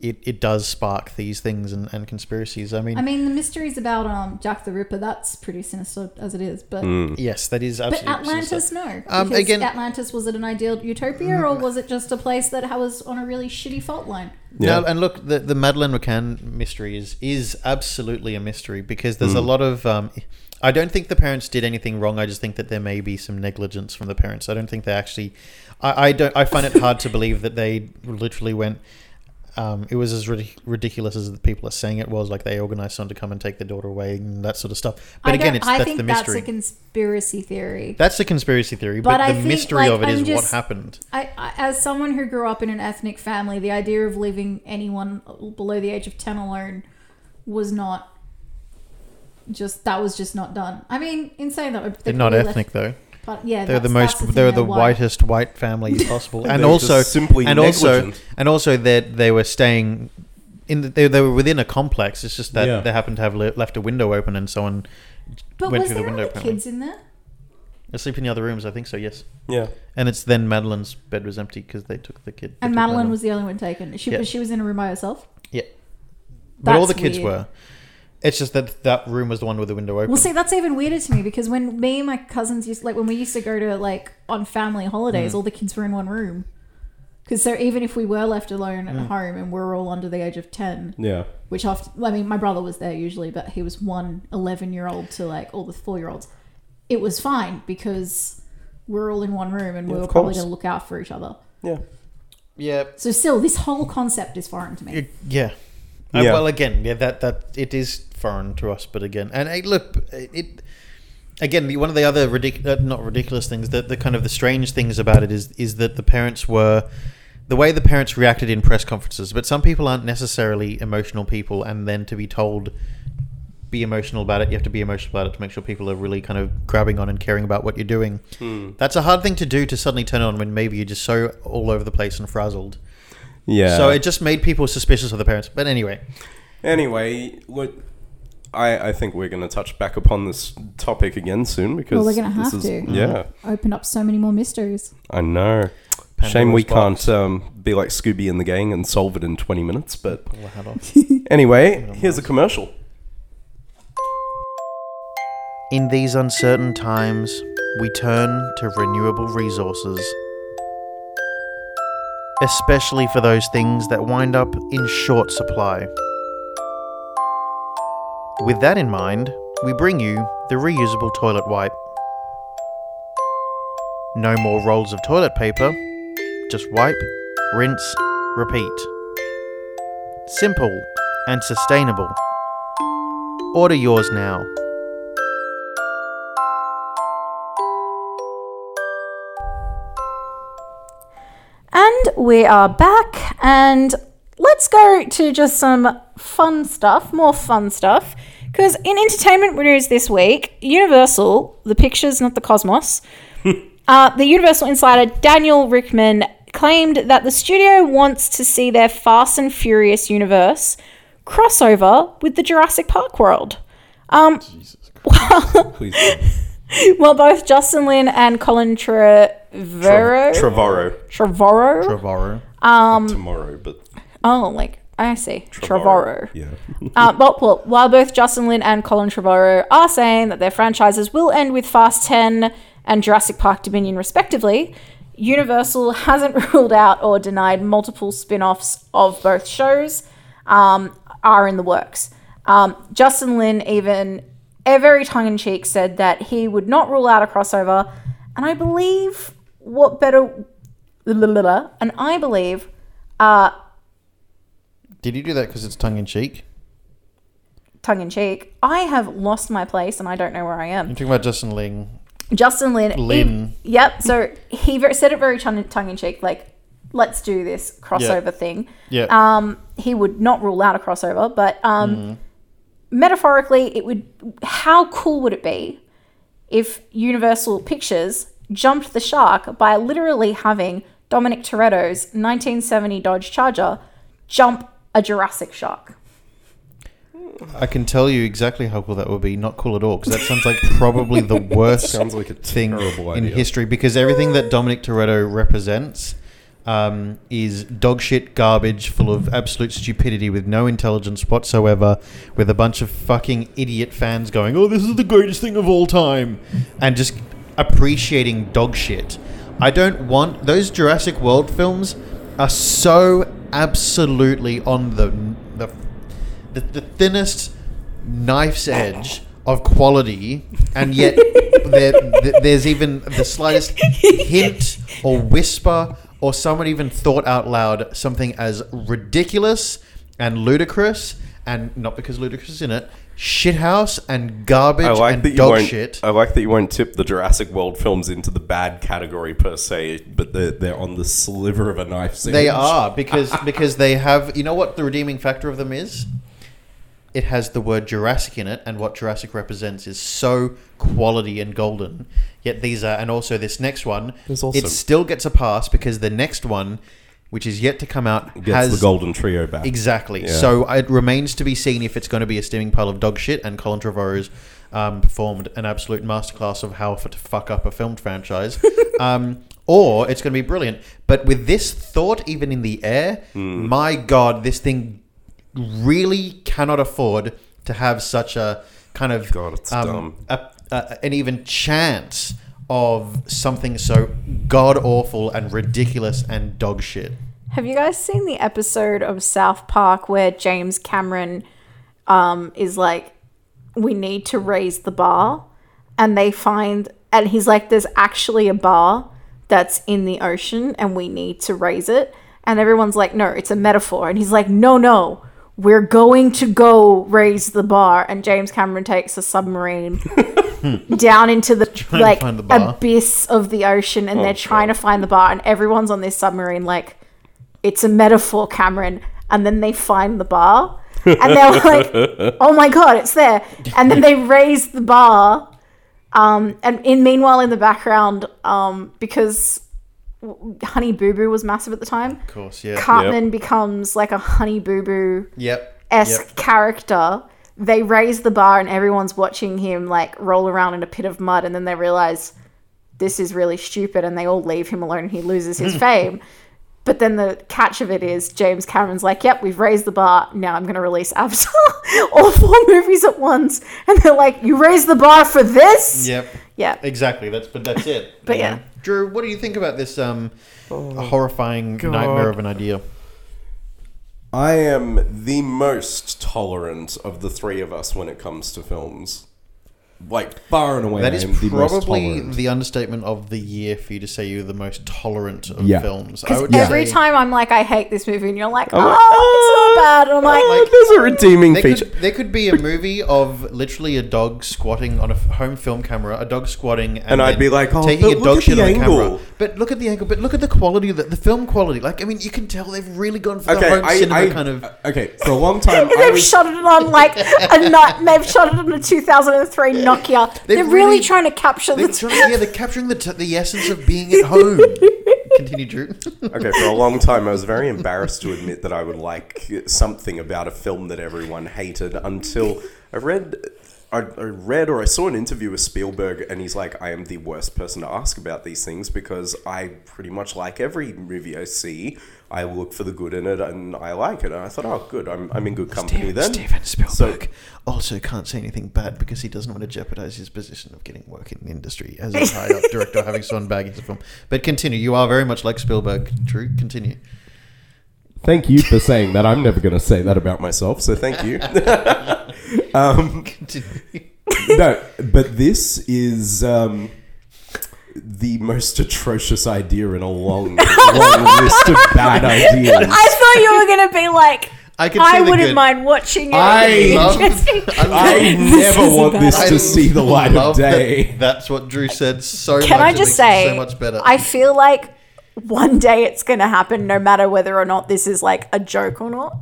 [SPEAKER 3] It, it does spark these things and, and conspiracies. I mean,
[SPEAKER 2] I mean, the mysteries about um, Jack the Ripper that's pretty sinister as it is,
[SPEAKER 1] Hmm.
[SPEAKER 2] but
[SPEAKER 1] Mm.
[SPEAKER 3] yes, that is
[SPEAKER 2] but
[SPEAKER 3] absolutely.
[SPEAKER 2] Atlantis
[SPEAKER 3] sinister.
[SPEAKER 2] no.
[SPEAKER 3] Um,
[SPEAKER 2] because
[SPEAKER 3] again- Mm.
[SPEAKER 2] Atlantis was it an ideal utopia or was it just a place that was on a really shitty fault line?
[SPEAKER 1] Yeah.
[SPEAKER 3] No, and look, the, the Madeleine McCann mystery is is absolutely a mystery because there's a lot of. Um, I don't think the parents did anything wrong. I just think that there may be some negligence from the parents. I don't think they actually. I, I don't. I find it hard to believe that they literally went. Um, it was as ridic- ridiculous as the people are saying it was. Like they organized someone to come and take the daughter away and that sort of stuff. But
[SPEAKER 2] I
[SPEAKER 3] again,
[SPEAKER 2] don't-
[SPEAKER 3] it's
[SPEAKER 2] I
[SPEAKER 3] that's
[SPEAKER 2] think
[SPEAKER 3] the
[SPEAKER 2] that's
[SPEAKER 3] mystery.
[SPEAKER 2] a conspiracy theory.
[SPEAKER 3] that's the conspiracy theory,
[SPEAKER 2] But
[SPEAKER 3] but,
[SPEAKER 2] I
[SPEAKER 3] the
[SPEAKER 2] think,
[SPEAKER 3] mystery
[SPEAKER 2] like,
[SPEAKER 3] of it is
[SPEAKER 2] I'm
[SPEAKER 3] what
[SPEAKER 2] just-
[SPEAKER 3] happened.
[SPEAKER 2] I, I, as someone who grew up in an ethnic family, the idea of leaving anyone below the age of 10 alone was not just that was just not done. I mean, in saying that,
[SPEAKER 3] They're not
[SPEAKER 2] probably left-
[SPEAKER 3] ethnic though.
[SPEAKER 2] but yeah,
[SPEAKER 3] They're the
[SPEAKER 2] that's-
[SPEAKER 3] most.
[SPEAKER 2] that's thing,
[SPEAKER 3] they're the
[SPEAKER 2] white.
[SPEAKER 3] whitest white family possible, and
[SPEAKER 1] They're
[SPEAKER 3] also
[SPEAKER 1] just simply
[SPEAKER 3] and
[SPEAKER 1] negligent.
[SPEAKER 3] also and also that they were staying in. The, they, they were within a complex. It's just that
[SPEAKER 1] Yeah.
[SPEAKER 3] they happened to have le- left a window open, and someone
[SPEAKER 2] But
[SPEAKER 3] went
[SPEAKER 2] was
[SPEAKER 3] through the
[SPEAKER 2] there
[SPEAKER 3] window.
[SPEAKER 2] other
[SPEAKER 3] Apparently,
[SPEAKER 2] kids in there?
[SPEAKER 3] asleep in the other rooms. I think so. Yes,
[SPEAKER 1] Yeah.
[SPEAKER 3] and it's then Madeline's bed was empty because they took the kid. they
[SPEAKER 2] And
[SPEAKER 3] took
[SPEAKER 2] Madeline was the only one taken. She
[SPEAKER 3] Yeah.
[SPEAKER 2] she was in a room by herself.
[SPEAKER 3] Yeah, but all the
[SPEAKER 2] That's
[SPEAKER 3] kids
[SPEAKER 2] weird.
[SPEAKER 3] were. It's just that that room was the one with the window open.
[SPEAKER 2] Well, see, that's even weirder to me because when me and my cousins used like when we used to go to like on family
[SPEAKER 1] Mm.
[SPEAKER 2] holidays, all the kids were in one room. Because so even if we were left alone at
[SPEAKER 1] Mm.
[SPEAKER 2] home and we're all under the age of ten,
[SPEAKER 1] Yeah.
[SPEAKER 2] which often I mean, my brother was there usually, but he was one 11 year old to like all the four year olds. It was fine because we're all in one room and we
[SPEAKER 1] Yeah,
[SPEAKER 2] were
[SPEAKER 1] of
[SPEAKER 2] probably
[SPEAKER 1] course.
[SPEAKER 2] going to look out for each other.
[SPEAKER 1] Yeah.
[SPEAKER 3] yeah,
[SPEAKER 2] So still, this whole concept is foreign to me.
[SPEAKER 3] It- yeah. Uh,
[SPEAKER 1] Yeah.
[SPEAKER 3] well, again, yeah, that that it is foreign to us, but again, and hey, look, it again the- one of the other ridic- uh, not ridiculous things that the kind of the strange things about it is is that the parents were the way the parents reacted in press conferences, but some people aren't necessarily emotional people, and then to be told be emotional about it, you have to be emotional about it to make sure people are really kind of grabbing on and caring about what you're doing. That's a hard thing to do to suddenly turn on when maybe you're just so all over the place and frazzled.
[SPEAKER 1] Yeah.
[SPEAKER 3] So it just made people suspicious of the parents. But anyway,
[SPEAKER 1] Anyway, look, I, I think we're going to touch back upon this topic again soon because
[SPEAKER 4] Well, we're gonna
[SPEAKER 1] this
[SPEAKER 4] have
[SPEAKER 1] is,
[SPEAKER 4] to.
[SPEAKER 1] Yeah,
[SPEAKER 4] Opened up so many more mysteries.
[SPEAKER 1] I know. Shame we
[SPEAKER 3] Pandora's
[SPEAKER 1] can't um, be like Scooby and the gang and solve it in 20 minutes. But
[SPEAKER 3] Pull the hat off.
[SPEAKER 1] anyway, here's a commercial.
[SPEAKER 3] In these uncertain times, we turn to renewable resources, especially for those things that wind up in short supply. With that in mind, we bring you the reusable toilet wipe. No more rolls of toilet paper, just wipe, rinse, repeat. Simple and sustainable. Order yours now.
[SPEAKER 4] And we are back, and let's go to just some fun stuff, more fun stuff. Because in entertainment news this week, Universal, the pictures, not the cosmos, uh, the Universal insider Daniel Rickman claimed that the studio wants to see their Fast and Furious universe crossover with the Jurassic Park world. Um,
[SPEAKER 1] Please.
[SPEAKER 4] well, both Justin Lin and Colin Trevorrow,
[SPEAKER 1] Trevorrow.
[SPEAKER 4] Trevorrow,
[SPEAKER 3] Trevorrow.
[SPEAKER 4] Um,
[SPEAKER 1] tomorrow, but
[SPEAKER 4] Oh, like I see. Trevorrow.
[SPEAKER 1] Yeah.
[SPEAKER 4] Uh, well, well, while both Justin Lin and Colin Trevorrow are saying that their franchises will end with Fast 10 and Jurassic Park Dominion, respectively, Universal hasn't ruled out or denied multiple spin offs of both shows um, are in the works. Um, Justin Lin even eh, very tongue in cheek said that he would not rule out a crossover, and I believe what better. And I believe uh,
[SPEAKER 3] Did you do that because it's tongue in cheek?
[SPEAKER 4] tongue in cheek, I have lost my place and I don't know where I
[SPEAKER 3] You're
[SPEAKER 4] am.
[SPEAKER 3] talking about Justin Ling.
[SPEAKER 4] Justin Lin. he-
[SPEAKER 3] Lin.
[SPEAKER 4] yep. So he ver- said it very tongue tongue in cheek, like, let's do this crossover thing.
[SPEAKER 3] Yeah.
[SPEAKER 4] Um, he would not rule out a crossover, but um,
[SPEAKER 3] Mm-hmm.
[SPEAKER 4] metaphorically, it would. How cool would it be if Universal Pictures jumped the shark by literally having Dominic Toretto's 1970 Dodge Charger jump a Jurassic shark?
[SPEAKER 3] I can tell you exactly how cool that would be. Not cool at all because that sounds like probably the worst
[SPEAKER 1] Sounds like a
[SPEAKER 3] thing
[SPEAKER 1] terrible
[SPEAKER 3] in
[SPEAKER 1] idea.
[SPEAKER 3] history because everything that Dominic Toretto represents um, is dog shit garbage full of absolute stupidity with no intelligence whatsoever, with a bunch of fucking idiot fans going, oh, this is the greatest thing of all time, and just appreciating dog shit. I don't want those Jurassic World films are so absolutely on the the, the, the thinnest knife's edge of quality, and yet there, th- there's even the slightest hint or whisper, or someone even thought out loud something as ridiculous and ludicrous, and not because ludicrous is in it, shithouse and garbage
[SPEAKER 1] I like
[SPEAKER 3] and
[SPEAKER 1] that you
[SPEAKER 3] dog
[SPEAKER 1] won't.
[SPEAKER 3] shit.
[SPEAKER 1] I like that you won't tip the Jurassic World films into the bad category per se, but they're, they're on the sliver of a knife's edge.
[SPEAKER 3] They are because because they have you know what the redeeming factor of them is? It has the word Jurassic in it, and what Jurassic represents is so quality and golden. Yet these are, and also this next one,
[SPEAKER 1] There's also-
[SPEAKER 3] it still gets a pass because the next one, which is yet to come out,
[SPEAKER 1] Gets
[SPEAKER 3] has
[SPEAKER 1] the golden trio back.
[SPEAKER 3] exactly.
[SPEAKER 1] Yeah.
[SPEAKER 3] So it remains to be seen if it's going to be a steaming pile of dog shit. And Colin Trevorrow's um, performed an absolute masterclass of how to fuck up a film franchise. um, or it's going to be brilliant. But with this thought even in the air,
[SPEAKER 1] Hmm.
[SPEAKER 3] my God, this thing really cannot afford to have such a kind of um,
[SPEAKER 1] God, it's dumb.
[SPEAKER 3] a, a, an even chance of something so god awful and ridiculous and dog shit.
[SPEAKER 4] Have you guys seen the episode of South Park where James Cameron um, is like, we need to raise the bar? And they find, and he's like, there's actually a bar that's in the ocean and we need to raise it. And everyone's like, no, it's a metaphor. And he's like, no, no, we're going to go raise the bar. And James Cameron takes a submarine down into the
[SPEAKER 3] to
[SPEAKER 4] like
[SPEAKER 3] find the bar. Oh,
[SPEAKER 4] abyss of the ocean and they're trying to find the bar. And everyone's on this submarine like, it's a metaphor, Cameron. And then they find the bar. And they're like, oh my God, it's there. And then they raise the bar. Um, and in meanwhile, in the background, um, because w- Honey Boo Boo was massive at the time,
[SPEAKER 3] Of course, yeah.
[SPEAKER 4] Cartman becomes like a Honey Boo Boo
[SPEAKER 3] Yep.
[SPEAKER 4] esque
[SPEAKER 3] Yep.
[SPEAKER 4] character they raise the bar and everyone's watching him like roll around in a pit of mud and then they realize this is really stupid and they all leave him alone and he loses his fame. But then the catch of it is James Cameron's like, yep, we've raised the bar. Now I'm going to release Avatar, all four movies at once. And they're like, you raised the bar for this?
[SPEAKER 3] Yep.
[SPEAKER 4] Yeah.
[SPEAKER 3] Exactly. That's but that's it.
[SPEAKER 4] But
[SPEAKER 3] you know.
[SPEAKER 4] yeah. Oh,
[SPEAKER 3] Drew, what do you think about this um, horrifying nightmare of an idea?
[SPEAKER 1] I am the most tolerant of the three of us when it comes to films. Like far and away,
[SPEAKER 3] That
[SPEAKER 1] I
[SPEAKER 3] is
[SPEAKER 1] am the most
[SPEAKER 3] probably
[SPEAKER 1] tolerant.
[SPEAKER 3] the understatement of the year for you to say you're the most tolerant of
[SPEAKER 1] Yeah.
[SPEAKER 3] films. I
[SPEAKER 4] Because
[SPEAKER 3] would
[SPEAKER 4] every
[SPEAKER 3] say
[SPEAKER 4] time I'm like, I hate this movie, and you're like,
[SPEAKER 1] like,
[SPEAKER 4] oh, it's so
[SPEAKER 3] "Ah!"
[SPEAKER 4] bad. And I'm like,
[SPEAKER 1] Uh, there's a redeeming
[SPEAKER 3] There
[SPEAKER 1] feature.
[SPEAKER 3] could, there could be a movie of literally a dog squatting on a f- home film camera, a dog squatting, and,
[SPEAKER 1] And I'd
[SPEAKER 3] then
[SPEAKER 1] be like, "Oh,
[SPEAKER 3] taking
[SPEAKER 1] but
[SPEAKER 3] a
[SPEAKER 1] look
[SPEAKER 3] dog
[SPEAKER 1] at
[SPEAKER 3] shit
[SPEAKER 1] the
[SPEAKER 3] on the camera.
[SPEAKER 1] angle."
[SPEAKER 3] But look at the angle. But look at the quality, of the, the film quality. Like, I mean, you can tell they've really gone for the
[SPEAKER 1] Okay,
[SPEAKER 3] home cinema
[SPEAKER 1] I, I
[SPEAKER 3] kind of.
[SPEAKER 1] okay for a long time.
[SPEAKER 4] And
[SPEAKER 1] I
[SPEAKER 4] they've
[SPEAKER 1] was,
[SPEAKER 4] shot it on like a nut. They've shot it on a 2003 Nokia. They're, really,
[SPEAKER 3] really-
[SPEAKER 4] trying to capture
[SPEAKER 3] They're
[SPEAKER 4] the.
[SPEAKER 3] trying, yeah, they're capturing the, t- the essence of being at home. Continue, Drew.
[SPEAKER 1] okay, for a long time, I was very embarrassed to admit that I would like something about a film that everyone hated until I read. I, I read or I saw an interview with Spielberg, and he's like, I am the worst person to ask about these things because I pretty much like every movie I see. I look for the good in it and I like it. And I thought, oh, good, I'm, I'm in good company then.
[SPEAKER 3] Steven Spielberg
[SPEAKER 1] So-
[SPEAKER 3] also can't say anything bad because he doesn't want to jeopardize his position of getting work in the industry as a high up director, having Sean Baggy to film. But continue. You are very much like Spielberg. Drew, continue.
[SPEAKER 1] Thank you for saying that. I'm never going to say that about myself, so thank you.
[SPEAKER 3] Continue.
[SPEAKER 1] no, but this is um, the most atrocious idea in a long, long list of bad ideas.
[SPEAKER 4] I thought you were going to be like,
[SPEAKER 3] I can see
[SPEAKER 4] I
[SPEAKER 3] the
[SPEAKER 4] wouldn't
[SPEAKER 3] good.
[SPEAKER 4] mind watching it.
[SPEAKER 1] I
[SPEAKER 4] It'd be
[SPEAKER 3] love-
[SPEAKER 4] interesting.
[SPEAKER 1] I never
[SPEAKER 2] is
[SPEAKER 1] want
[SPEAKER 2] bad.
[SPEAKER 1] this to see the light of
[SPEAKER 3] love that
[SPEAKER 1] day.
[SPEAKER 3] that's what Drew said so much.
[SPEAKER 4] Can I
[SPEAKER 3] It
[SPEAKER 4] just
[SPEAKER 3] makes it
[SPEAKER 4] say,
[SPEAKER 3] so much better?
[SPEAKER 4] I feel like one day it's going to happen, no matter whether or not this is like a joke or not.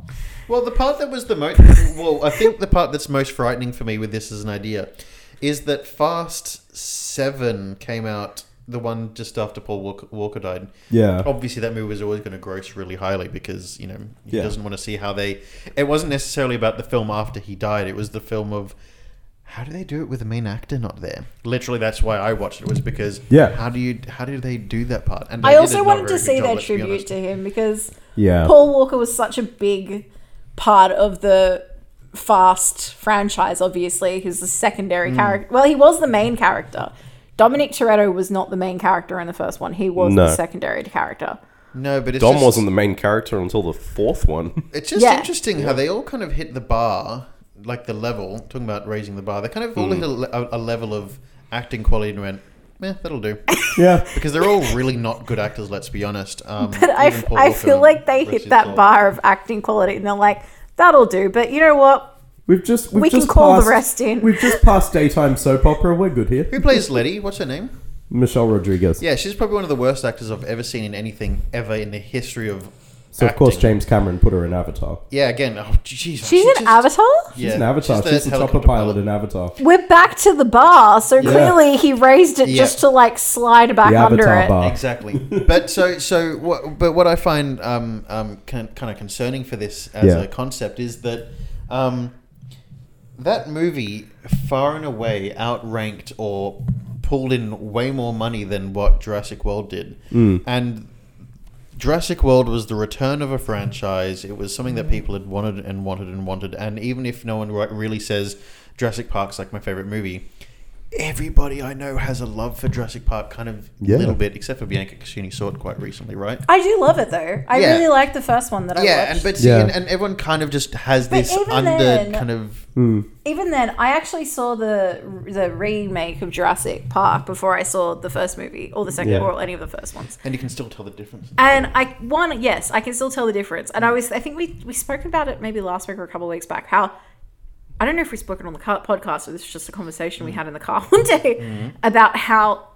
[SPEAKER 3] Well, the part that was the most well, I think the part that's most frightening for me with this as an idea is that Fast Seven came out the one just after Paul Walker, Walker died.
[SPEAKER 1] Yeah.
[SPEAKER 3] Obviously, that movie was always going to gross really highly because you know he
[SPEAKER 1] Yeah.
[SPEAKER 3] doesn't want to see how they. It wasn't necessarily about the film after he died. It was the film of. How do they do it with the main actor not there? Literally, that's why I watched it was because
[SPEAKER 1] Yeah.
[SPEAKER 3] How do you how do they do that part? And
[SPEAKER 4] I
[SPEAKER 3] they did
[SPEAKER 4] also
[SPEAKER 3] a not very
[SPEAKER 4] wanted to
[SPEAKER 3] good
[SPEAKER 4] see
[SPEAKER 3] job,
[SPEAKER 4] their
[SPEAKER 3] let's be honest.
[SPEAKER 4] tribute to him because
[SPEAKER 1] Yeah.
[SPEAKER 4] Paul Walker was such a big part of the Fast franchise, obviously. He was the secondary
[SPEAKER 1] Mm.
[SPEAKER 4] character. Well, he was the main character. Dominic Toretto was not the main character in the first one. He was
[SPEAKER 1] No.
[SPEAKER 4] the secondary character.
[SPEAKER 3] No, but it's
[SPEAKER 1] Dom
[SPEAKER 3] just-
[SPEAKER 1] wasn't the main character until the fourth one.
[SPEAKER 3] It's just
[SPEAKER 4] Yeah.
[SPEAKER 3] interesting how they all kind of hit the bar, like the level. Talking about raising the bar, they kind of
[SPEAKER 1] Hmm.
[SPEAKER 3] all hit a, le- a- a level of acting quality and went, "Meh, that'll do,"
[SPEAKER 1] Yeah.
[SPEAKER 3] because they're all really not good actors. Let's be honest. Um,
[SPEAKER 4] But I,
[SPEAKER 3] even Paul
[SPEAKER 4] I
[SPEAKER 3] Walker
[SPEAKER 4] feel like they
[SPEAKER 3] expressed
[SPEAKER 4] hit
[SPEAKER 3] his
[SPEAKER 4] that
[SPEAKER 3] thought.
[SPEAKER 4] bar of acting quality and they're like, that'll do. But you know what?
[SPEAKER 1] We've just we've
[SPEAKER 4] We can just call the passed- rest in. we've
[SPEAKER 1] just passed daytime soap opera. We're good here.
[SPEAKER 3] Who plays Letty? What's her name?
[SPEAKER 1] Michelle Rodriguez.
[SPEAKER 3] Yeah, she's probably one of the worst actors I've ever seen in anything ever in the history of.
[SPEAKER 1] So of course
[SPEAKER 3] acting.
[SPEAKER 1] James Cameron put her in Avatar.
[SPEAKER 3] Yeah, again. Oh, jeez.
[SPEAKER 4] She's an avatar?
[SPEAKER 1] She's an Avatar. She's, the top pilot in Avatar.
[SPEAKER 4] We're back to the bar. So clearly he raised it
[SPEAKER 3] Yeah.
[SPEAKER 4] just to like slide back
[SPEAKER 1] The
[SPEAKER 4] under
[SPEAKER 1] Avatar
[SPEAKER 4] it.
[SPEAKER 1] bar.
[SPEAKER 3] Exactly. but so so what? But what I find um, um, kind of concerning for this as
[SPEAKER 1] Yeah.
[SPEAKER 3] a concept is that um, that movie far and away outranked or pulled in way more money than what Jurassic World did, and. Jurassic World was the return of a franchise. It was something that people had wanted and wanted and wanted. And even if no one ri- really says Jurassic Park's like my favorite movie, everybody I know has a love for Jurassic Park, kind of a
[SPEAKER 1] Yeah.
[SPEAKER 3] little bit, except for Bianca because she only saw it quite recently, right?
[SPEAKER 4] I do love it though. I
[SPEAKER 3] Yeah.
[SPEAKER 4] really like the first one that I
[SPEAKER 3] yeah,
[SPEAKER 4] watched.
[SPEAKER 3] and but see,
[SPEAKER 1] Yeah.
[SPEAKER 3] and, and everyone kind of just has this
[SPEAKER 4] even
[SPEAKER 3] under
[SPEAKER 4] then-
[SPEAKER 3] kind of
[SPEAKER 4] even then, I actually saw the the remake of Jurassic Park before I saw the first movie or the second
[SPEAKER 1] Yeah.
[SPEAKER 4] or any of the first ones.
[SPEAKER 3] and you can still tell the difference.
[SPEAKER 4] And I one yes, I can still tell the difference. And I was I think we we spoke about it maybe last week or a couple of weeks back how I don't know if we spoke it on the car- podcast or this is just a conversation
[SPEAKER 3] Mm.
[SPEAKER 4] we had in the car one day
[SPEAKER 3] Mm-hmm.
[SPEAKER 4] about how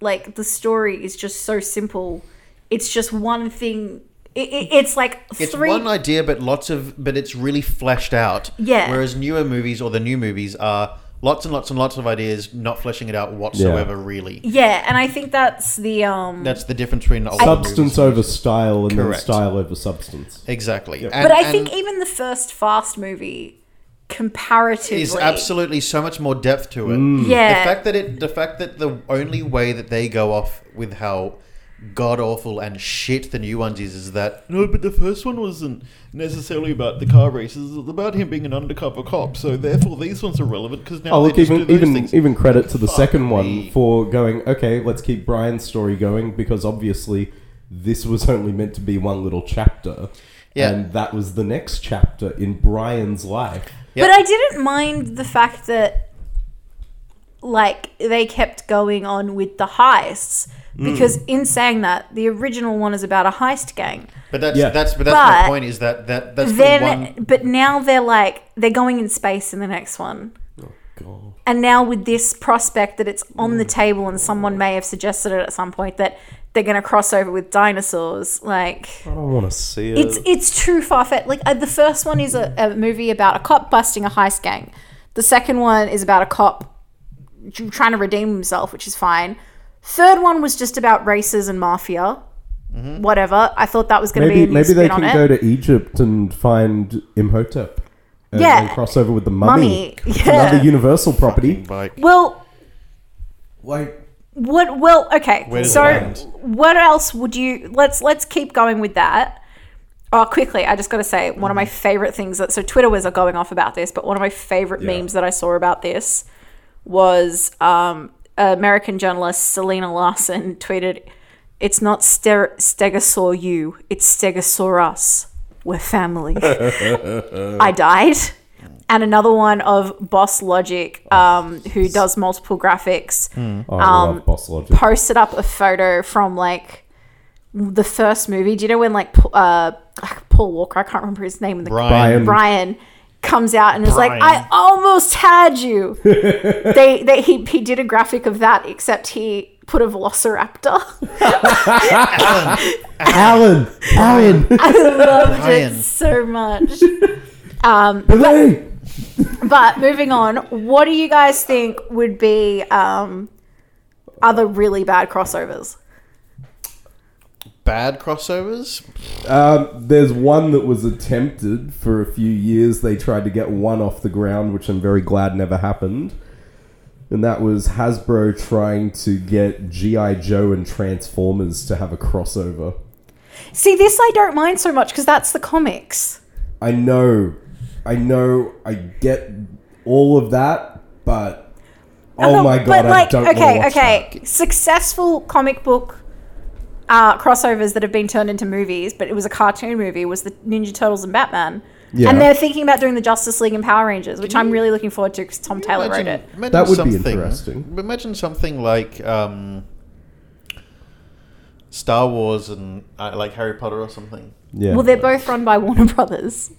[SPEAKER 4] like the story is just so simple. It's just one thing. It, it, it's like
[SPEAKER 3] It's
[SPEAKER 4] three
[SPEAKER 3] one idea, but lots of but it's really fleshed out.
[SPEAKER 4] Yeah.
[SPEAKER 3] Whereas newer movies or the new movies are lots and lots and lots of ideas, not fleshing it out whatsoever. Really,
[SPEAKER 4] yeah, and I think that's the um
[SPEAKER 3] that's the difference between the old
[SPEAKER 1] Substance
[SPEAKER 3] movies.
[SPEAKER 1] over style and
[SPEAKER 3] Correct.
[SPEAKER 1] then style over substance.
[SPEAKER 3] Exactly,
[SPEAKER 1] Yep.
[SPEAKER 3] And-
[SPEAKER 4] But I
[SPEAKER 3] and-
[SPEAKER 4] think even the first Fast movie comparatively.
[SPEAKER 3] Is absolutely so much more depth to it.
[SPEAKER 5] Mm.
[SPEAKER 4] Yeah.
[SPEAKER 3] The fact that it, the fact that the only way that they go off with how god awful and shit the new ones is is that
[SPEAKER 5] No, but the first one wasn't necessarily about the car races. It was about him being an undercover cop. So therefore, these ones are relevant because now
[SPEAKER 1] Oh,
[SPEAKER 5] they
[SPEAKER 1] look,
[SPEAKER 5] just do
[SPEAKER 1] even
[SPEAKER 5] those
[SPEAKER 1] even
[SPEAKER 5] things.
[SPEAKER 1] even credit to the
[SPEAKER 5] Fuck
[SPEAKER 1] second one
[SPEAKER 5] me.
[SPEAKER 1] for going. Okay, let's keep Brian's story going because obviously this was only meant to be one little chapter,
[SPEAKER 3] Yeah.
[SPEAKER 1] and that was the next chapter in Brian's life.
[SPEAKER 4] But I didn't mind the fact that like they kept going on with the heists
[SPEAKER 3] Hmm.
[SPEAKER 4] because in saying that the original one is about a heist gang.
[SPEAKER 3] but that's
[SPEAKER 1] Yeah.
[SPEAKER 3] that's but that's
[SPEAKER 4] But
[SPEAKER 3] my point is that that that's the
[SPEAKER 4] Then
[SPEAKER 3] one
[SPEAKER 4] but now they're like they're going in space in the next one.
[SPEAKER 1] God.
[SPEAKER 4] And now with this prospect that it's on the
[SPEAKER 3] Hmm.
[SPEAKER 4] table and someone may have suggested it at some point that they're going to cross over with dinosaurs like
[SPEAKER 1] I don't want to see it.
[SPEAKER 4] it's it's too far fetched. Like uh, the first one is a, a movie about a cop busting a heist gang. The second one is about a cop tr- trying to redeem himself, which is fine. Third one was just about races and mafia. Whatever. I thought that was going to be a
[SPEAKER 1] Mm-hmm. maybe maybe
[SPEAKER 4] new
[SPEAKER 1] they
[SPEAKER 4] spin
[SPEAKER 1] can
[SPEAKER 4] on it.
[SPEAKER 1] go to Egypt and find Imhotep. And,
[SPEAKER 4] Yeah.
[SPEAKER 1] and cross over with the mummy.
[SPEAKER 4] Mummy. Yeah.
[SPEAKER 1] Another universal property.
[SPEAKER 3] like
[SPEAKER 4] well,
[SPEAKER 1] Like
[SPEAKER 4] what? Well, okay.
[SPEAKER 3] does
[SPEAKER 4] so
[SPEAKER 3] it land?
[SPEAKER 4] what else would you? Let's let's keep going with that. Oh, quickly, I just got to say one
[SPEAKER 3] Mm-hmm.
[SPEAKER 4] of my favorite things that so Twitter was going off about this, but one of my favorite
[SPEAKER 1] Yeah.
[SPEAKER 4] memes that I saw about this was um, American journalist Selena Larson tweeted, "It's not ster- Stegosaur you, it's Stegosaur us. We're family." I died. And another one of Boss Logic,
[SPEAKER 3] Oh,
[SPEAKER 4] um, who does multiple graphics
[SPEAKER 1] oh, I
[SPEAKER 4] Um,
[SPEAKER 1] love boss logic.
[SPEAKER 4] posted up a photo from like the first movie. Do you know when like P- uh, Paul Walker? I can't remember his name. In the
[SPEAKER 3] Brian.
[SPEAKER 4] Brian comes out and is like,
[SPEAKER 3] Brian.
[SPEAKER 4] "I almost had you." they they he he did a graphic of that, except he put a velociraptor.
[SPEAKER 1] Alan, Alan,
[SPEAKER 4] I loved
[SPEAKER 3] Brian.
[SPEAKER 4] it so much.
[SPEAKER 1] Belay!
[SPEAKER 4] But moving on, what do you guys think would be um, other really bad crossovers?
[SPEAKER 3] bad crossovers.
[SPEAKER 1] Um, there's one that was attempted for a few years. They tried to get one off the ground, which I'm very glad never happened. And that was Hasbro trying to get G.I. Joe and Transformers to have a crossover.
[SPEAKER 4] See, this I don't mind so much because that's the comics.
[SPEAKER 1] I know, I know, I get all of that, but oh
[SPEAKER 4] But-
[SPEAKER 1] my god, I don't
[SPEAKER 4] okay,
[SPEAKER 1] want to
[SPEAKER 4] okay. Successful comic book uh, crossovers that have been turned into movies, but it was a cartoon movie. Was the Ninja Turtles and Batman?
[SPEAKER 1] Yeah.
[SPEAKER 4] And they're thinking about doing the Justice League and Power Rangers, which I'm really looking forward to because Tom Taylor
[SPEAKER 3] Imagine-
[SPEAKER 4] wrote it.
[SPEAKER 3] imagine
[SPEAKER 1] That would be
[SPEAKER 3] something-
[SPEAKER 1] interesting.
[SPEAKER 3] Imagine something like um, Star Wars and uh, like Harry Potter or something.
[SPEAKER 1] Yeah.
[SPEAKER 4] Well, they're both run by Warner Brothers,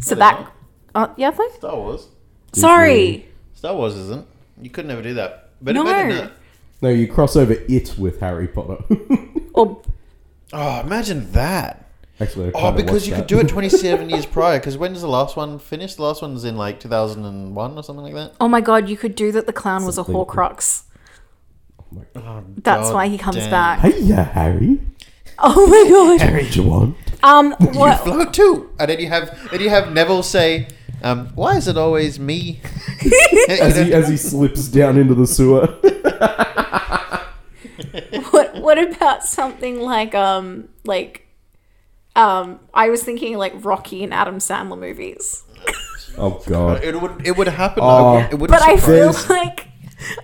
[SPEAKER 4] so
[SPEAKER 3] they're
[SPEAKER 4] that. Uh, yeah, they.
[SPEAKER 3] Star Wars.
[SPEAKER 4] Sorry.
[SPEAKER 3] Star Wars isn't. You could never do that. But
[SPEAKER 4] No.
[SPEAKER 3] imagine that.
[SPEAKER 1] no, you cross over it with Harry Potter.
[SPEAKER 4] Or
[SPEAKER 3] Oh, imagine that.
[SPEAKER 1] Actually, I
[SPEAKER 3] Oh,
[SPEAKER 1] kinda
[SPEAKER 3] because
[SPEAKER 1] watched
[SPEAKER 3] you could
[SPEAKER 1] that.
[SPEAKER 3] do it 27 years prior. Because when does the last one finish? The last one's in like 2001 or something like that.
[SPEAKER 4] oh my God, you could do that. The clown was a
[SPEAKER 1] Something.
[SPEAKER 4] Horcrux.
[SPEAKER 1] my
[SPEAKER 4] That's
[SPEAKER 3] God
[SPEAKER 4] why he comes
[SPEAKER 3] damn.
[SPEAKER 4] back.
[SPEAKER 1] Hiya, Harry.
[SPEAKER 4] Oh my God.
[SPEAKER 1] What do you want?
[SPEAKER 4] Um. What,
[SPEAKER 3] Float two, and then you have then you have Neville say, um, "Why is it always me?"
[SPEAKER 1] As he, as he slips down into the sewer.
[SPEAKER 4] what what about something like um like um I was thinking like Rocky and Adam Sandler movies.
[SPEAKER 1] Oh god.
[SPEAKER 3] it would it would happen.
[SPEAKER 1] Oh.
[SPEAKER 3] I would- it would
[SPEAKER 4] But I feel
[SPEAKER 1] There's-
[SPEAKER 4] like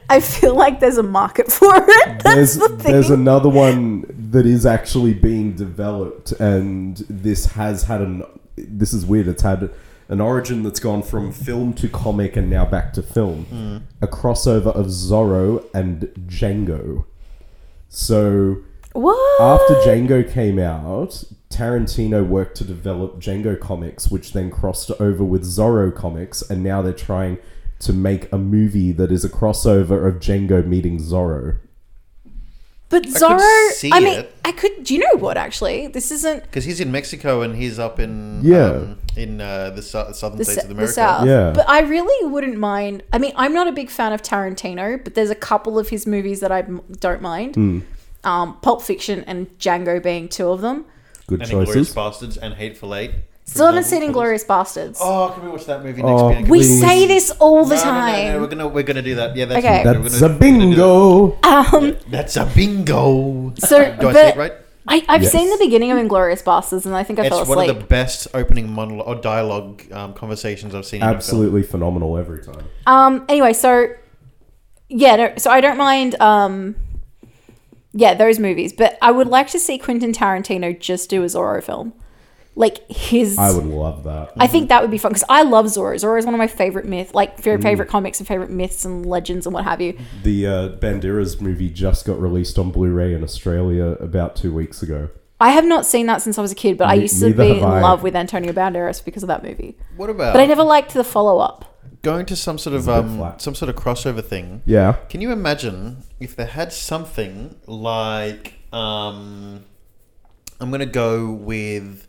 [SPEAKER 4] I feel like there's a market for it. That's
[SPEAKER 1] There's
[SPEAKER 4] the thing.
[SPEAKER 1] there's another one that is actually being developed and this has had an this is weird, it's had an origin that's gone from film to comic and now back to film.
[SPEAKER 4] Hmm.
[SPEAKER 1] A crossover of Zorro and Django. So
[SPEAKER 4] what?
[SPEAKER 3] Uh,
[SPEAKER 1] after Django came out, Tarantino worked to develop Django comics, which then crossed over with Zorro comics, and now they're trying to make a movie that is a crossover of Django meeting Zorro.
[SPEAKER 4] but Zorro I,
[SPEAKER 3] see
[SPEAKER 4] mean
[SPEAKER 3] it.
[SPEAKER 4] I could do you know what actually? This isn't
[SPEAKER 3] because he's in Mexico and he's up in
[SPEAKER 1] Yeah.
[SPEAKER 3] um, in uh, the sou- southern
[SPEAKER 4] the,
[SPEAKER 3] states
[SPEAKER 4] s-
[SPEAKER 3] of
[SPEAKER 4] the
[SPEAKER 3] America.
[SPEAKER 4] South.
[SPEAKER 1] Yeah.
[SPEAKER 4] uh, But I really wouldn't mind. I mean, I'm not a big fan of Tarantino, but there's a couple of his movies that I m- don't mind.
[SPEAKER 3] Hmm.
[SPEAKER 4] Um, Pulp Fiction and Django being two of them.
[SPEAKER 1] Good
[SPEAKER 3] And Inglorious
[SPEAKER 1] choices.
[SPEAKER 3] Bastards and Hateful Eight.
[SPEAKER 4] Still haven't seen Inglorious Bastards.
[SPEAKER 3] Oh, can we watch that movie
[SPEAKER 1] Oh,
[SPEAKER 3] next?
[SPEAKER 1] we-
[SPEAKER 3] week?
[SPEAKER 4] we
[SPEAKER 1] please.
[SPEAKER 4] say this all the
[SPEAKER 3] No, no,
[SPEAKER 4] time.
[SPEAKER 3] no, no, we're gonna we're gonna do that. Yeah, that's we're
[SPEAKER 4] Okay.
[SPEAKER 1] That's a
[SPEAKER 3] gonna- we're gonna do
[SPEAKER 1] bingo.
[SPEAKER 4] Um,
[SPEAKER 3] that. That's a bingo.
[SPEAKER 4] so,
[SPEAKER 3] Do I
[SPEAKER 4] but
[SPEAKER 3] say it right?
[SPEAKER 4] I, I've
[SPEAKER 1] Yes.
[SPEAKER 4] seen the beginning of Inglorious Bastards, and I think I fell
[SPEAKER 3] It's
[SPEAKER 4] asleep.
[SPEAKER 3] one of the best opening monologue or dialogue um, conversations I've seen. in a film.
[SPEAKER 1] Absolutely phenomenal every time.
[SPEAKER 4] Um. Anyway, so yeah, no, so I don't mind. Um. Yeah, those movies, but I would like to see Quentin Tarantino just do a Zorro film, like his.
[SPEAKER 1] I would love that.
[SPEAKER 4] I think that would be fun because I love Zorro. Zorro is one of my favorite myth, like
[SPEAKER 1] Mm.
[SPEAKER 4] favorite favorite comics and favorite myths and legends and what have you.
[SPEAKER 1] The uh, Banderas movie just got released on Blu-ray in Australia about two weeks ago.
[SPEAKER 4] I have not seen that since I was a kid, but I
[SPEAKER 1] Ne-
[SPEAKER 4] used to
[SPEAKER 1] neither
[SPEAKER 4] be
[SPEAKER 1] have
[SPEAKER 4] in
[SPEAKER 1] I.
[SPEAKER 4] love with Antonio Banderas because of that movie.
[SPEAKER 3] What about
[SPEAKER 4] But I never liked the follow up.
[SPEAKER 3] going to some sort of
[SPEAKER 1] a bit
[SPEAKER 3] um,
[SPEAKER 1] flat.
[SPEAKER 3] some sort of crossover thing?
[SPEAKER 1] Yeah.
[SPEAKER 3] Can you imagine if they had something like um, I'm gonna go with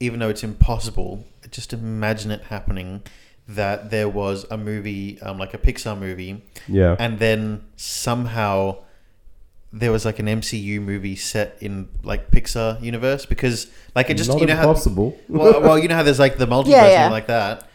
[SPEAKER 3] even though it's impossible, just imagine it happening that there was a movie um, like a Pixar movie
[SPEAKER 1] Yeah.
[SPEAKER 3] and then somehow there was like an MCU movie set in like Pixar universe because like it just
[SPEAKER 1] Not
[SPEAKER 3] you know
[SPEAKER 1] impossible.
[SPEAKER 3] how well, uh, well you know how there's like the multiverse
[SPEAKER 4] Yeah, yeah.
[SPEAKER 3] and like that.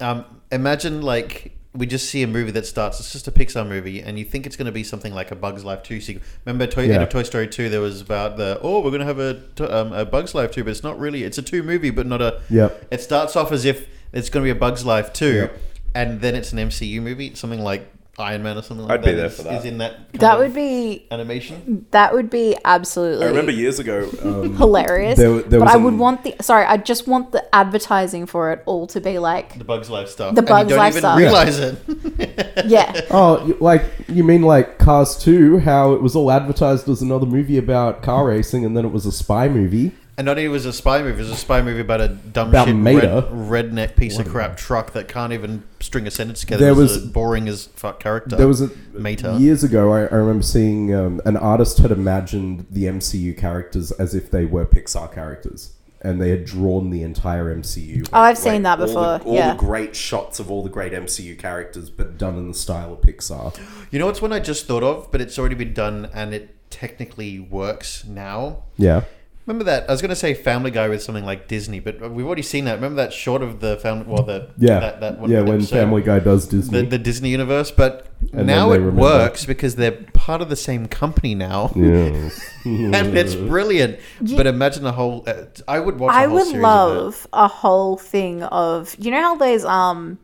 [SPEAKER 3] Um, imagine like we just see a movie that starts. It's just a Pixar movie, and you think it's going to be something like a Bugs Life two sequel. Remember, Toy, end
[SPEAKER 1] Yeah.
[SPEAKER 3] of Toy Story two, there was about the oh we're going to have a t- um, a Bugs Life two, but it's not really. It's a two movie, but not a
[SPEAKER 1] Yep.
[SPEAKER 3] it starts off as if it's going to be a Bug's Life too,
[SPEAKER 1] Yep.
[SPEAKER 3] and then it's an MCU movie, something like Iron Man or something like
[SPEAKER 1] I'd
[SPEAKER 3] that.
[SPEAKER 1] be there
[SPEAKER 3] is-
[SPEAKER 1] for that.
[SPEAKER 3] Is in that kind
[SPEAKER 4] That
[SPEAKER 3] of
[SPEAKER 4] would be
[SPEAKER 3] animation.
[SPEAKER 4] that would be absolutely.
[SPEAKER 1] I remember years ago. Um,
[SPEAKER 4] hilarious.
[SPEAKER 1] There w- there
[SPEAKER 4] but
[SPEAKER 1] was
[SPEAKER 4] I
[SPEAKER 1] an-
[SPEAKER 4] would want the sorry, I just want the advertising for it all to be like
[SPEAKER 3] The Bug's Life stuff.
[SPEAKER 4] The
[SPEAKER 3] and
[SPEAKER 4] Bug's
[SPEAKER 3] you don't
[SPEAKER 4] Life
[SPEAKER 3] even
[SPEAKER 4] stuff.
[SPEAKER 3] realize it.
[SPEAKER 4] yeah.
[SPEAKER 1] oh, you- like you mean like Cars Two? How it was all advertised as another movie about car racing, and then it was a spy movie.
[SPEAKER 3] And not only was it a spy movie, it was a spy movie about a dumb
[SPEAKER 1] About
[SPEAKER 3] shit
[SPEAKER 1] Mater.
[SPEAKER 3] red, redneck piece of crap truck that can't even string a sentence together.
[SPEAKER 1] There
[SPEAKER 3] There was,
[SPEAKER 1] was-
[SPEAKER 3] a boring as fuck character.
[SPEAKER 1] There was a
[SPEAKER 3] Mater.
[SPEAKER 1] years ago. I, I remember seeing um, an artist had imagined the MCU characters as if they were Pixar characters, and they had drawn the entire MCU.
[SPEAKER 4] Oh, I've seen that
[SPEAKER 1] All, the,
[SPEAKER 4] before,
[SPEAKER 1] all
[SPEAKER 4] yeah.
[SPEAKER 1] the great shots of all the great MCU characters, but done in the style of Pixar.
[SPEAKER 3] You know what's one I just thought of, but it's already been done and it technically works now.
[SPEAKER 1] Yeah.
[SPEAKER 3] Remember that? I was going to say Family Guy with something like Disney, but we've already seen that. Remember that short of the family? Well, the
[SPEAKER 1] Yeah.
[SPEAKER 3] that, that one
[SPEAKER 1] yeah. When
[SPEAKER 3] episode,
[SPEAKER 1] Family Guy does Disney.
[SPEAKER 3] the, the Disney universe, but
[SPEAKER 1] then
[SPEAKER 3] now
[SPEAKER 1] they
[SPEAKER 3] it
[SPEAKER 1] remember.
[SPEAKER 3] works because they're part of the same company now,
[SPEAKER 1] yeah.
[SPEAKER 3] and it's
[SPEAKER 1] Mm.
[SPEAKER 3] brilliant. But imagine a whole. Uh, I would watch. I
[SPEAKER 4] I
[SPEAKER 3] whole
[SPEAKER 4] would
[SPEAKER 3] series of that.
[SPEAKER 4] love a whole thing of you know how there's um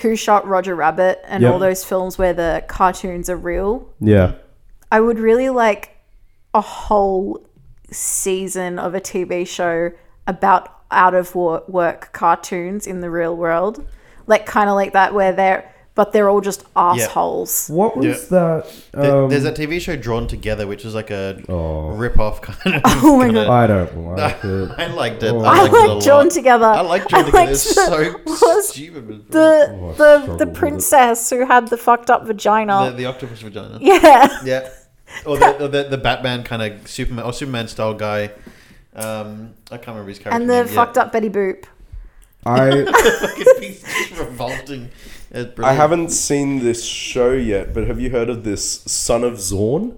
[SPEAKER 4] Who Shot Roger Rabbit and
[SPEAKER 1] Yep.
[SPEAKER 4] all those films where the cartoons are real?
[SPEAKER 1] yeah.
[SPEAKER 4] I would really like a whole season of a TV show about out of wor- work cartoons in the real world. Like kind of like that where they're but they're all just assholes.
[SPEAKER 1] What was
[SPEAKER 3] Yeah.
[SPEAKER 1] that?
[SPEAKER 3] There-
[SPEAKER 1] Um,
[SPEAKER 3] There's that TV show Drawn Together, which is like a
[SPEAKER 1] Oh.
[SPEAKER 3] rip-off kind of.
[SPEAKER 4] Oh my
[SPEAKER 3] kinda-
[SPEAKER 1] I don't like it.
[SPEAKER 3] I liked it.
[SPEAKER 1] Oh.
[SPEAKER 3] I
[SPEAKER 4] I
[SPEAKER 3] liked it a
[SPEAKER 4] like Drawn
[SPEAKER 3] lot.
[SPEAKER 4] Together.
[SPEAKER 3] I like Drawn
[SPEAKER 4] I
[SPEAKER 3] Together.
[SPEAKER 4] liked
[SPEAKER 3] It's
[SPEAKER 4] the-
[SPEAKER 3] so
[SPEAKER 4] was
[SPEAKER 3] stupid. but brilliant.
[SPEAKER 4] The
[SPEAKER 1] I've
[SPEAKER 4] the
[SPEAKER 1] Oh, struggled
[SPEAKER 4] the
[SPEAKER 1] with it.
[SPEAKER 4] princess who had the fucked up
[SPEAKER 3] the,
[SPEAKER 4] vagina.
[SPEAKER 3] the octopus vagina.
[SPEAKER 4] Oh. yeah.
[SPEAKER 3] Yeah. Or the, or the, the Batman kind of Superman or Superman style guy. Um, I can't remember his character.
[SPEAKER 4] And the
[SPEAKER 3] name,
[SPEAKER 4] fucked up Betty Boop.
[SPEAKER 1] I
[SPEAKER 3] Yeah. Fucking piece- just revolting. It's
[SPEAKER 1] I
[SPEAKER 3] brilliant.
[SPEAKER 1] haven't seen this show yet, but have you heard of this Son of Zorn,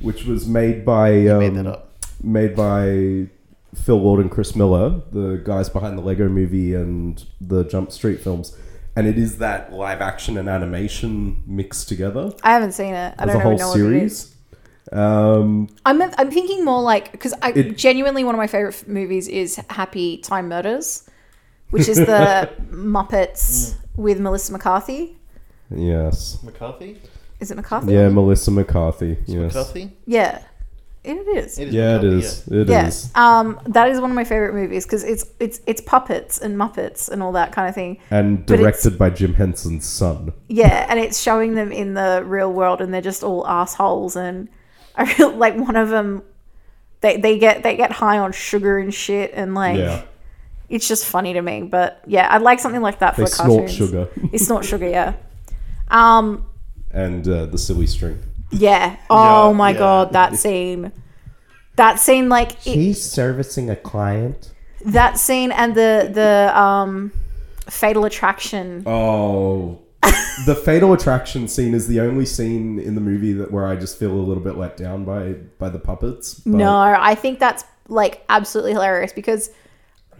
[SPEAKER 1] which was made by um,
[SPEAKER 3] made that up.
[SPEAKER 1] made by Phil Lord and Chris Miller, the guys behind the Lego Movie and the Jump Street films, and it is that live action and animation mixed together
[SPEAKER 4] I haven't seen it. I
[SPEAKER 1] as
[SPEAKER 4] don't
[SPEAKER 1] a
[SPEAKER 4] even
[SPEAKER 1] whole
[SPEAKER 4] know what it is.
[SPEAKER 1] series. Um,
[SPEAKER 4] I'm, I'm thinking more like because I
[SPEAKER 1] It-
[SPEAKER 4] genuinely one of my favorite f- movies is Happy Time Murders, which is the Muppets with Melissa McCarthy.
[SPEAKER 1] yes,
[SPEAKER 3] McCarthy?
[SPEAKER 4] Is it McCarthy?
[SPEAKER 1] yeah, Melissa McCarthy. Yes,
[SPEAKER 3] McCarthy?
[SPEAKER 4] Yeah, it is.
[SPEAKER 3] is
[SPEAKER 1] yeah, it
[SPEAKER 3] McCarthy,
[SPEAKER 1] is. It is.
[SPEAKER 4] Yes, um, that is one of my favorite movies because it's it's it's puppets and Muppets and all that kind of thing.
[SPEAKER 1] and
[SPEAKER 4] But it's-
[SPEAKER 1] directed by Jim Henson's son.
[SPEAKER 4] Yeah, and it's showing them in the real world, and they're just all assholes. And I feel like one of them, they they get they get high on sugar and shit, and like.
[SPEAKER 1] Yeah,
[SPEAKER 4] it's just funny to me. But yeah, I'd like something like that
[SPEAKER 1] they
[SPEAKER 4] for
[SPEAKER 1] snort
[SPEAKER 4] cartoons.
[SPEAKER 1] sugar
[SPEAKER 4] It's not sugar, yeah. Um,
[SPEAKER 1] and uh, the silly string.
[SPEAKER 4] yeah. Oh
[SPEAKER 3] Yeah,
[SPEAKER 4] my
[SPEAKER 3] yeah.
[SPEAKER 4] god, that scene. That scene, like it,
[SPEAKER 1] He's servicing a client.
[SPEAKER 4] that scene, and the the um, Fatal Attraction.
[SPEAKER 1] Oh. the fatal attraction scene is the only scene in the movie that where I just feel a little bit let down by by the puppets. but-
[SPEAKER 4] No, I think that's like absolutely hilarious because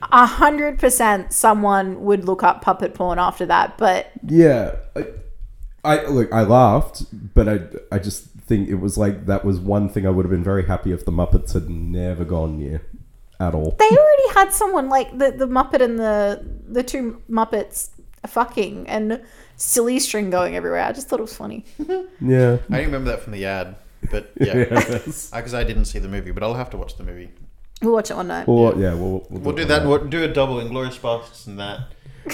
[SPEAKER 4] a hundred percent someone would look up puppet porn after that, but
[SPEAKER 1] Yeah, I, I look. I laughed, but I I just think it was like that was one thing I would have been very happy if the Muppets had never gone near at all.
[SPEAKER 4] they already had someone like the, the Muppet and the the two Muppets fucking and silly string going everywhere. I just thought it was funny.
[SPEAKER 1] Yeah.
[SPEAKER 3] I only remember that from the ad, but yeah,
[SPEAKER 1] Yes.
[SPEAKER 3] because I didn't see the movie, but I'll have to watch the movie.
[SPEAKER 4] We'll watch it one night.
[SPEAKER 1] Well, yeah, we'll, we'll,
[SPEAKER 3] We'll do that. We'll do a double Inglorious Bastards and that.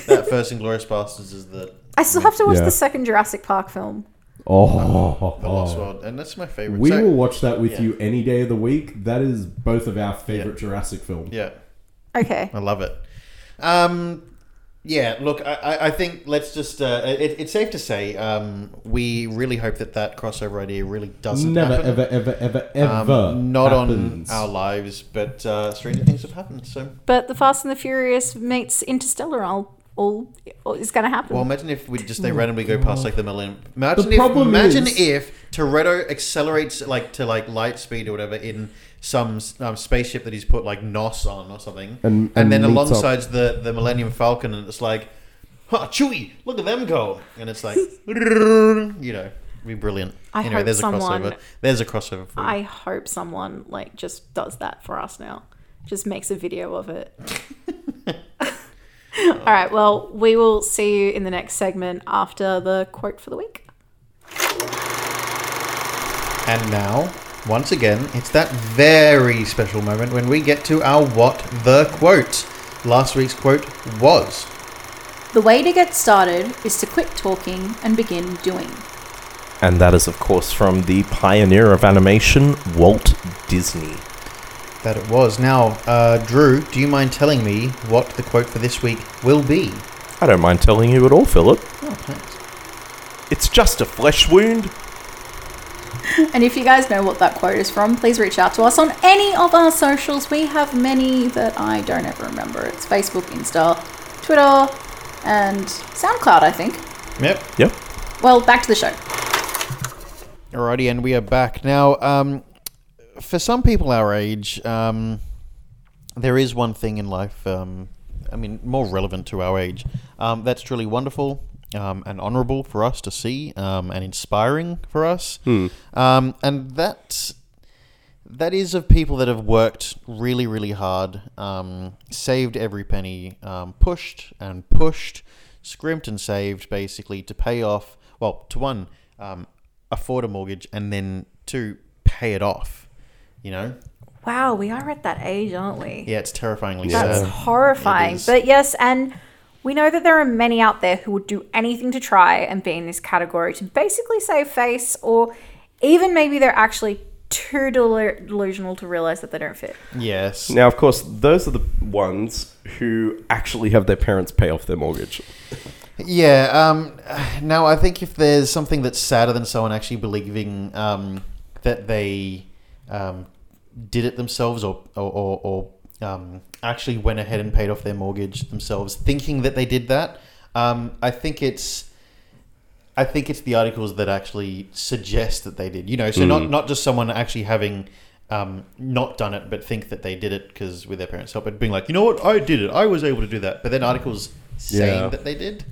[SPEAKER 3] That first Inglorious Bastards is the
[SPEAKER 4] I still have to watch
[SPEAKER 1] Yeah.
[SPEAKER 4] the second Jurassic Park film.
[SPEAKER 1] Oh,
[SPEAKER 3] the Lost World, and that's my favorite.
[SPEAKER 1] we
[SPEAKER 3] So-
[SPEAKER 1] will watch that with
[SPEAKER 3] yeah.
[SPEAKER 1] you any day of the week. That is both of our favorite Jurassic films.
[SPEAKER 3] Yeah,
[SPEAKER 4] Okay.
[SPEAKER 3] I love it. Um, yeah, look, I, I, I think let's just. Uh, it, it's safe to say um, we really hope that that crossover idea really doesn't
[SPEAKER 1] Never,
[SPEAKER 3] happen.
[SPEAKER 1] ever, ever, ever,
[SPEAKER 3] Um,
[SPEAKER 1] ever.
[SPEAKER 3] not
[SPEAKER 1] happens.
[SPEAKER 3] on our lives, but uh, stranger things have happened. So,
[SPEAKER 2] But the Fast and the Furious meets Interstellar all, all, all is going to happen.
[SPEAKER 3] well, imagine if we
[SPEAKER 1] Oh
[SPEAKER 3] just they randomly go past like the millennium. Imagine if
[SPEAKER 1] problem
[SPEAKER 3] imagine
[SPEAKER 1] is-
[SPEAKER 3] if Toretto accelerates like to like light speed or whatever in some um, spaceship that he's put like nos on or something,
[SPEAKER 1] And- and
[SPEAKER 3] then
[SPEAKER 1] meets up.
[SPEAKER 3] alongside the the Millennium Falcon, and it's like, huh, Chewie, look at them go, and it's like, you know, be brilliant.
[SPEAKER 4] I
[SPEAKER 3] anyway,
[SPEAKER 4] hope
[SPEAKER 3] there's a
[SPEAKER 4] someone-
[SPEAKER 3] crossover. There's a crossover for you.
[SPEAKER 4] I hope someone like just does that for us now. Just makes a video of it. All right. Well, we will see you in the next segment after the quote for the week.
[SPEAKER 3] And now, once again, it's that very special moment when we get to our what the quote. Last week's quote was
[SPEAKER 6] The way to get started is to quit talking and begin doing.
[SPEAKER 1] And that is, of course, from the pioneer of animation, Walt Disney.
[SPEAKER 3] that it was. Now, uh, Drew, do you mind telling me what the quote for this week will be?
[SPEAKER 1] I don't mind telling you at all, Philip.
[SPEAKER 3] Oh, thanks.
[SPEAKER 1] It's just a flesh wound.
[SPEAKER 6] And if you guys know what that quote is from, please reach out to us on any of our socials. We have many that I don't ever remember. It's Facebook, Insta, Twitter, and SoundCloud, I think.
[SPEAKER 3] Yep.
[SPEAKER 1] Yep.
[SPEAKER 6] Well, back to the show.
[SPEAKER 3] Alrighty, and we are back now. Um, for some people our age, um, there is one thing in life. Um, I mean, more relevant to our age. Um, that's truly wonderful um, and honourable for us to see, um, and inspiring for us. Um, and that that is of people that have worked really, really hard, um, saved every penny, um, pushed and pushed, scrimped and saved, basically to pay off. Well, to one, um, afford a mortgage, and then to pay it off. You know,
[SPEAKER 4] Wow, we are at that age, aren't we?
[SPEAKER 3] yeah, it's terrifyingly
[SPEAKER 4] That's
[SPEAKER 3] sad. It
[SPEAKER 4] horrifying.
[SPEAKER 3] is.
[SPEAKER 4] But yes, and we know that there are many out there who would do anything to try and be in this category to basically save face, or even maybe they're actually too delu- delusional to realize that they don't fit.
[SPEAKER 3] Yes.
[SPEAKER 1] Now, of course, those are the ones who actually have their parents pay off their mortgage.
[SPEAKER 3] Yeah. Um, now, I think if there's something that's sadder than someone actually believing um, that they um, did it themselves or, or, or, or um, actually went ahead and paid off their mortgage themselves, thinking that they did that, um, I think it's. I think it's the articles that actually suggest that they did. You know, so not not just someone actually having um, not done it, but think that they did it because with their parents' help, but being like, you know what, I did it, I was able to do that. But then articles saying
[SPEAKER 1] Yeah.
[SPEAKER 3] that they did.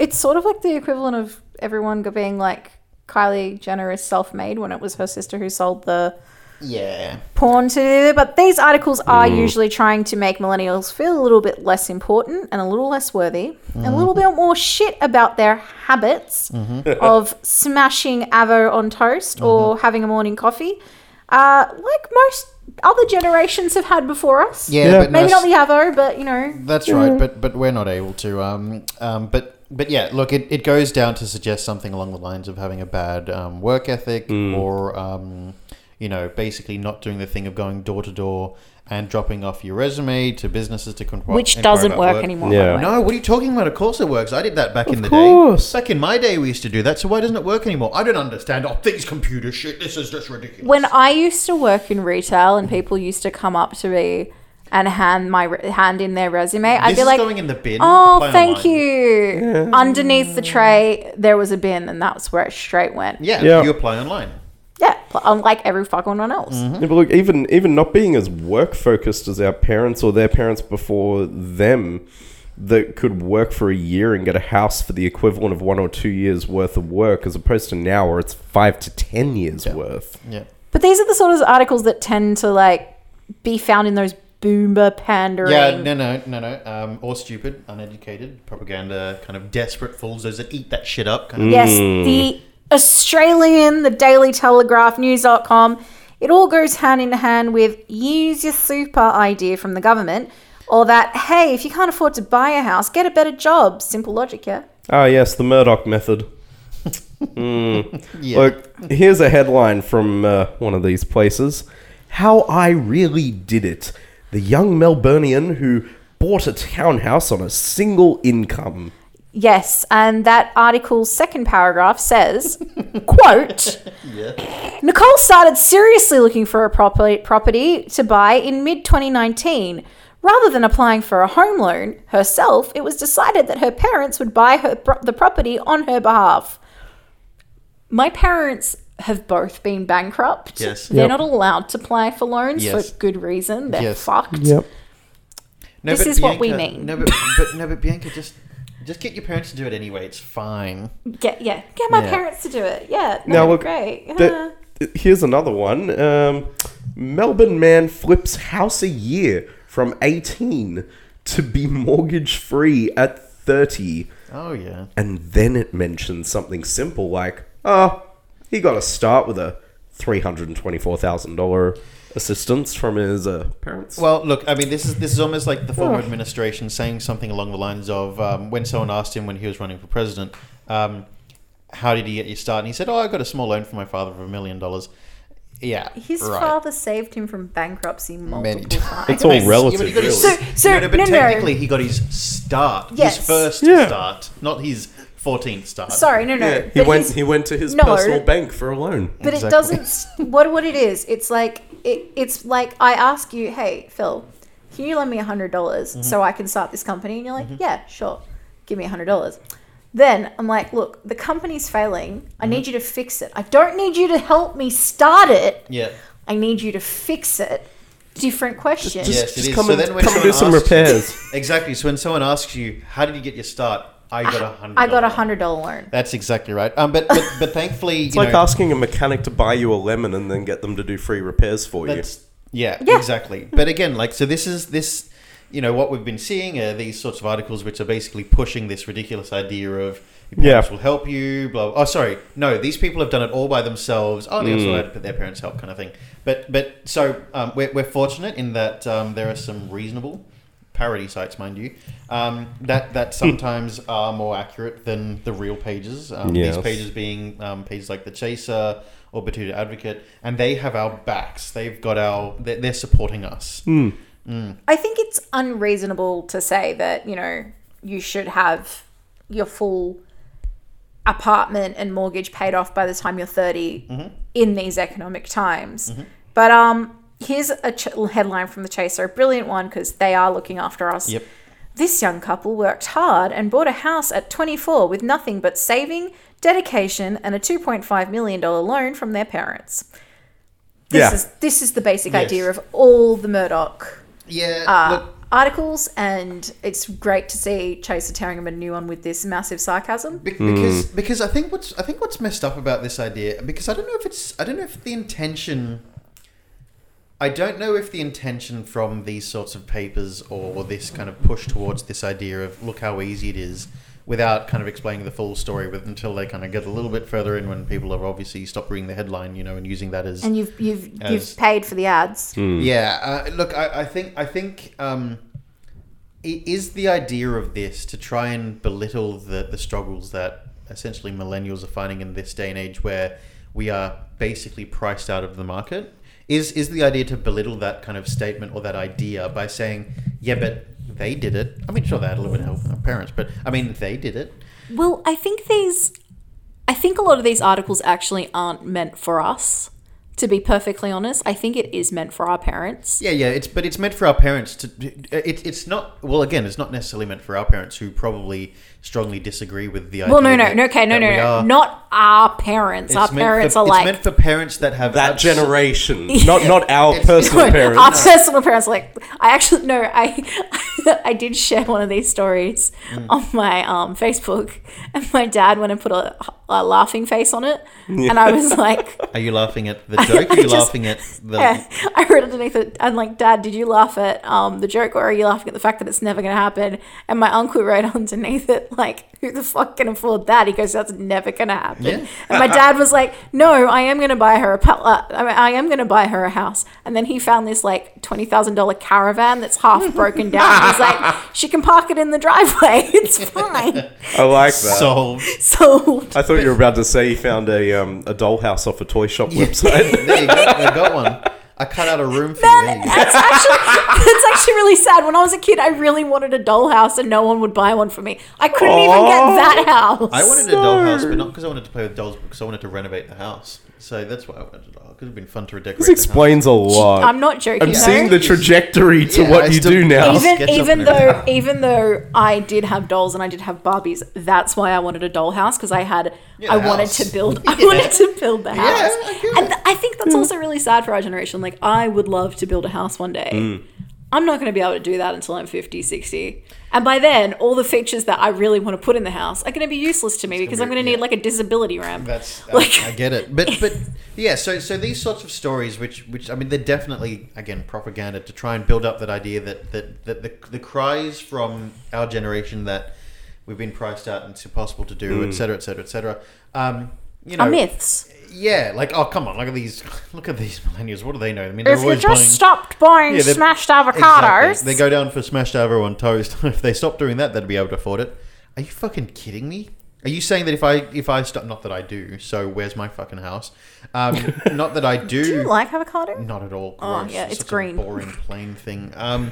[SPEAKER 4] It's sort of like the equivalent of everyone being like Kylie Jenner is self made when it was her sister who sold the
[SPEAKER 3] Yeah.
[SPEAKER 4] porn to but these articles are usually trying to make millennials feel a little bit less important and a little less worthy and a little bit more shit about their habits of smashing avo on toast or having a morning coffee uh, like most other generations have had before us
[SPEAKER 3] Yeah,
[SPEAKER 1] Yeah.
[SPEAKER 3] but
[SPEAKER 4] maybe
[SPEAKER 3] no,
[SPEAKER 4] not the avo but you know
[SPEAKER 3] That's right, but but we're not able to. Um, um, but but yeah, look, it, it goes down to suggest something along the lines of having a bad um, work ethic or um, you know, basically not doing the thing of going door to door and dropping off your resume to businesses to conquire,
[SPEAKER 4] which doesn't work, anymore by the
[SPEAKER 1] Yeah.
[SPEAKER 6] Um,
[SPEAKER 4] way.
[SPEAKER 3] No, what are you talking about? Of course it works. I did that back in the
[SPEAKER 1] course.
[SPEAKER 3] day. Back in my day, we used to do that. So why doesn't it work anymore? I don't understand. Oh, these computer shit. This is just ridiculous.
[SPEAKER 4] when I used to work in retail and people used to come up to me and hand my re- hand in their resume, I'd
[SPEAKER 3] this
[SPEAKER 4] be
[SPEAKER 3] is
[SPEAKER 4] like,
[SPEAKER 3] going in the bin.
[SPEAKER 4] "Oh,
[SPEAKER 3] Apply
[SPEAKER 4] thank
[SPEAKER 3] online."
[SPEAKER 4] you." Underneath the tray, there was a bin, and that's where it straight went.
[SPEAKER 3] Yeah,
[SPEAKER 1] Yeah.
[SPEAKER 3] you apply online.
[SPEAKER 4] Yeah. pl- unlike every fucking one else.
[SPEAKER 3] Mm-hmm.
[SPEAKER 6] Yeah, but look, even even not being as work focused as our parents or their parents before them, that could work for a year and get a house for the equivalent of one or two years worth of work, as opposed to now where it's five to ten years worth.
[SPEAKER 3] Yeah.
[SPEAKER 4] But these are the sort of articles that tend to like be found in those boomer pandering.
[SPEAKER 3] Yeah, no, no, no, no. Um, or stupid, uneducated, propaganda, kind of desperate fools, those that eat that shit up. Kind of.
[SPEAKER 4] Yes, the Australian, the Daily Telegraph, News.com. It all goes hand in hand with use your super idea from the government, or that hey, if you can't afford to buy a house, get a better job. Simple logic, yeah.
[SPEAKER 6] Ah, yes, the Murdoch method. Mm. Look, here's a headline from uh, one of these places How I Really Did It. The young Melburnian who bought a townhouse on a single income.
[SPEAKER 4] Yes, and that article's second paragraph says, quote, Nicole started seriously looking for a property, property to buy in mid 2019. Rather than applying for a home loan herself, it was decided that her parents would buy her pro- the property on her behalf.
[SPEAKER 7] My parents have both been bankrupt.
[SPEAKER 3] Yes.
[SPEAKER 7] They're
[SPEAKER 6] Yep.
[SPEAKER 7] not allowed to apply for loans
[SPEAKER 3] Yes.
[SPEAKER 7] for good reason. They're
[SPEAKER 3] Yes.
[SPEAKER 7] fucked.
[SPEAKER 3] No,
[SPEAKER 7] This
[SPEAKER 3] but
[SPEAKER 7] is what we
[SPEAKER 3] Bianca-
[SPEAKER 7] mean.
[SPEAKER 3] No, but, but no, but Bianca, just just get your parents to do it anyway. It's fine.
[SPEAKER 7] Get yeah, get my
[SPEAKER 3] Yeah.
[SPEAKER 7] parents to do it. Yeah,
[SPEAKER 6] Now,
[SPEAKER 7] no,
[SPEAKER 4] Oh,
[SPEAKER 6] look,
[SPEAKER 7] great.
[SPEAKER 4] Uh-huh.
[SPEAKER 6] That, here's another one um, Melbourne man flips house a year from 18 to be mortgage free at 30.
[SPEAKER 3] Oh yeah.
[SPEAKER 6] And then it mentions something simple like, oh, he got to start with a $324,000 assistance from his uh, parents.
[SPEAKER 3] Well, look, I mean, this is this is almost like the former administration saying something along the lines of um, when someone asked him when he was running for president, um, how did you get your start? And he said, "Oh, I got a small loan from my father of a million dollars." Yeah,
[SPEAKER 4] His
[SPEAKER 3] right.
[SPEAKER 4] father saved him from bankruptcy multiple
[SPEAKER 3] Many
[SPEAKER 4] times.
[SPEAKER 6] it's all
[SPEAKER 3] Yeah, but he
[SPEAKER 6] relative,
[SPEAKER 3] got
[SPEAKER 6] really.
[SPEAKER 3] his-
[SPEAKER 4] So- so,
[SPEAKER 3] no, no, but
[SPEAKER 4] no, no.
[SPEAKER 3] technically, he got his start,
[SPEAKER 4] Yes.
[SPEAKER 3] his first
[SPEAKER 6] Yeah.
[SPEAKER 3] start, not his fourteenth start.
[SPEAKER 4] Sorry, no, no.
[SPEAKER 6] Yeah, he
[SPEAKER 4] but
[SPEAKER 6] went.
[SPEAKER 4] his-
[SPEAKER 6] He went to his
[SPEAKER 4] No.
[SPEAKER 6] personal bank for a loan.
[SPEAKER 4] But it
[SPEAKER 3] Exactly.
[SPEAKER 4] doesn't. s- What what it is? It's like it, It's like I ask you, hey Phil, can you lend me a hundred dollars
[SPEAKER 6] Mm-hmm.
[SPEAKER 4] so I can start this company? And you're like, yeah, sure, give me a hundred dollars. Then I'm like, look, the company's failing.
[SPEAKER 6] Mm-hmm.
[SPEAKER 4] I need you to fix it. I don't need you to help me start it.
[SPEAKER 3] Yeah.
[SPEAKER 4] I need you to fix it. Different question.
[SPEAKER 3] Yes, it
[SPEAKER 6] just
[SPEAKER 3] is.
[SPEAKER 6] come
[SPEAKER 3] So
[SPEAKER 6] and-
[SPEAKER 3] then when
[SPEAKER 6] come and do
[SPEAKER 3] someone
[SPEAKER 6] some
[SPEAKER 3] asks-
[SPEAKER 6] repairs.
[SPEAKER 3] Exactly. So when someone asks you, "How did you get your start?" I got a hundred.
[SPEAKER 4] I got a
[SPEAKER 3] dollars.
[SPEAKER 4] hundred dollar loan.
[SPEAKER 3] That's exactly right. Um, but but, but thankfully,
[SPEAKER 6] It's
[SPEAKER 3] you
[SPEAKER 6] like
[SPEAKER 3] know,
[SPEAKER 6] asking a mechanic to buy you a lemon and then get them to do free repairs for you.
[SPEAKER 3] That's, yeah,
[SPEAKER 4] Yeah.
[SPEAKER 3] exactly. But again, like, so this is this, you know, what we've been seeing are these sorts of articles which are basically pushing this ridiculous idea of your parents
[SPEAKER 6] Yeah.
[SPEAKER 3] will help you, blah, Oh, sorry. No, these people have done it all by themselves. Oh, they
[SPEAKER 6] Mm.
[SPEAKER 3] also had their parents' help kind of thing. But, but so um, we're, we're fortunate in that um, there are some reasonable parody sites, mind you, um, that,
[SPEAKER 6] Hmm.
[SPEAKER 3] that sometimes are more accurate than the real pages. Um,
[SPEAKER 6] Yes.
[SPEAKER 3] These pages being um, pages like The Chaser or Batuta Advocate, and they have our backs. They've got our. They're, they're supporting us.
[SPEAKER 4] I think it's unreasonable to say that, you know, you should have your full apartment and mortgage paid off by the time you're 30
[SPEAKER 3] Mm-hmm.
[SPEAKER 4] in these economic times. But um here's a ch- headline from the Chaser, a brilliant one because they are looking after us.
[SPEAKER 3] Yep.
[SPEAKER 4] This young couple worked hard and bought a house at 24 with nothing but saving, dedication, and a 2.5 million dollar loan from their parents. This
[SPEAKER 6] Yeah.
[SPEAKER 4] is this is the basic
[SPEAKER 3] Yes.
[SPEAKER 4] idea of all the Murdoch
[SPEAKER 3] Yeah.
[SPEAKER 4] uh,
[SPEAKER 3] look,
[SPEAKER 4] articles, and it's great to see Chaser tearing him a new one with this massive sarcasm.
[SPEAKER 3] Be- because because I think what's I think what's messed up about this idea because I don't know if it's I don't know if the intention I don't know if the intention from these sorts of papers or this kind of push towards this idea of look how easy it is without kind of explaining the full story with until they kind of get a little bit further in when people are obviously stop reading the headline you know and using that as
[SPEAKER 4] And you've you've
[SPEAKER 3] As-
[SPEAKER 4] you've paid for the ads.
[SPEAKER 3] yeah, uh, look, I, I think I think um, i- is the idea of this to try and belittle the the struggles that essentially millennials are finding in this day and age, where we are basically priced out of the market. Is is the idea to belittle that kind of statement or that idea by saying, yeah, but they did it. I mean, sure, they had a little bit of help from their parents, but I mean, they did it.
[SPEAKER 7] Well, I think these, I think a lot of these articles actually aren't meant for us. To be perfectly honest, I think it is meant for our parents.
[SPEAKER 3] Yeah, yeah. It's but it's meant for our parents to. It, it's not well. Again, it's not necessarily meant for our parents who probably strongly disagree with the idea.
[SPEAKER 4] Well, no, no,
[SPEAKER 3] that-
[SPEAKER 4] no. Okay, no,
[SPEAKER 3] that
[SPEAKER 4] no,
[SPEAKER 3] we
[SPEAKER 4] no.
[SPEAKER 3] are.
[SPEAKER 4] Not our parents.
[SPEAKER 3] It's
[SPEAKER 4] our
[SPEAKER 3] meant for-
[SPEAKER 4] parents are like
[SPEAKER 3] It's meant for parents that have
[SPEAKER 6] that
[SPEAKER 3] abs-
[SPEAKER 6] generation, not not our personal parents.
[SPEAKER 4] our personal parents are like i actually no i i did share one of these stories on my um facebook and my dad went and put a, a laughing face on it and i was like
[SPEAKER 3] Are you laughing at the joke? Or are you
[SPEAKER 4] just-
[SPEAKER 3] laughing at the?
[SPEAKER 4] yeah. i wrote underneath it i'm like dad did you laugh at um the joke or are you laughing at the fact that it's never gonna happen and my uncle wrote underneath it like who the fuck can afford that he goes that's never gonna happen
[SPEAKER 3] Yeah.
[SPEAKER 4] and my dad was like no i am gonna buy her a pal- uh, I, mean, I am gonna buy her a house and then he found this like $20000 caravan that's half broken down he's like she can park it in the driveway it's fine
[SPEAKER 6] I like that.
[SPEAKER 3] Solved.
[SPEAKER 4] so
[SPEAKER 6] I thought you were about to say you found a um, a dollhouse off a toy shop website.
[SPEAKER 3] There you go. I got one. I cut out a room for you. There you. go.
[SPEAKER 4] That's actually that's actually really sad. When I was a kid, I really wanted a dollhouse, and no one would buy one for me. I couldn't even
[SPEAKER 6] Aw.
[SPEAKER 4] get that house.
[SPEAKER 3] I wanted a dollhouse, but not because I wanted to play with dolls, but because I wanted to renovate the house. So that's why I wanted a dollhouse. It would have been fun to redecorate.
[SPEAKER 6] this
[SPEAKER 3] the
[SPEAKER 6] explains a lot.
[SPEAKER 4] I'm not joking.
[SPEAKER 6] I'm
[SPEAKER 4] though.
[SPEAKER 6] seeing the trajectory to
[SPEAKER 3] Yeah,
[SPEAKER 6] what
[SPEAKER 3] I
[SPEAKER 6] you
[SPEAKER 3] still-
[SPEAKER 6] do now.
[SPEAKER 3] Even-
[SPEAKER 4] even
[SPEAKER 3] sketch up
[SPEAKER 4] even
[SPEAKER 3] and
[SPEAKER 4] though even though I did have dolls and I did have Barbies, that's why I wanted a dollhouse because I had
[SPEAKER 3] Yeah,
[SPEAKER 4] I
[SPEAKER 3] the
[SPEAKER 4] wanted
[SPEAKER 3] house.
[SPEAKER 4] to build I wanted to build the house.
[SPEAKER 3] I get Hmm.
[SPEAKER 4] and I think that's also really sad for our generation. Like I would love to build a house one day.
[SPEAKER 3] Hmm.
[SPEAKER 4] I'm not going to be able to do that until I'm 50, 60. And by then, all the features that I really want to put in the house are going to be useless to me because I'm
[SPEAKER 3] be-
[SPEAKER 4] going to need
[SPEAKER 3] yeah.
[SPEAKER 4] like a disability ramp.
[SPEAKER 3] That's I-
[SPEAKER 4] Like-
[SPEAKER 3] I, get it, but but yeah. So so these sorts of stories, which which I mean, they're definitely again propaganda to try and build up that idea that that that the, the cries from our generation that we've been priced out and it's impossible to do, etc. etc. etc. Um, you know,
[SPEAKER 4] are myths.
[SPEAKER 3] yeah, like oh come on, look at these, look at these millennials. What do they know? I mean, they're
[SPEAKER 8] If you
[SPEAKER 3] always
[SPEAKER 8] just
[SPEAKER 3] buying-
[SPEAKER 8] stopped buying
[SPEAKER 3] Yeah, they're-
[SPEAKER 8] smashed
[SPEAKER 3] Exactly.
[SPEAKER 8] avocados,
[SPEAKER 3] They go down for smashed avocado on toast. if they stop doing that, they'd be able to afford it. Are you fucking kidding me? Are you saying that if I if I stop? Not that I do. So where's my fucking house? Um, not that I do.
[SPEAKER 4] Do you like avocado?
[SPEAKER 3] not at all.
[SPEAKER 4] Oh,
[SPEAKER 3] Gross.
[SPEAKER 4] yeah, it's
[SPEAKER 3] such a
[SPEAKER 4] green.
[SPEAKER 3] boring, plain thing. Um,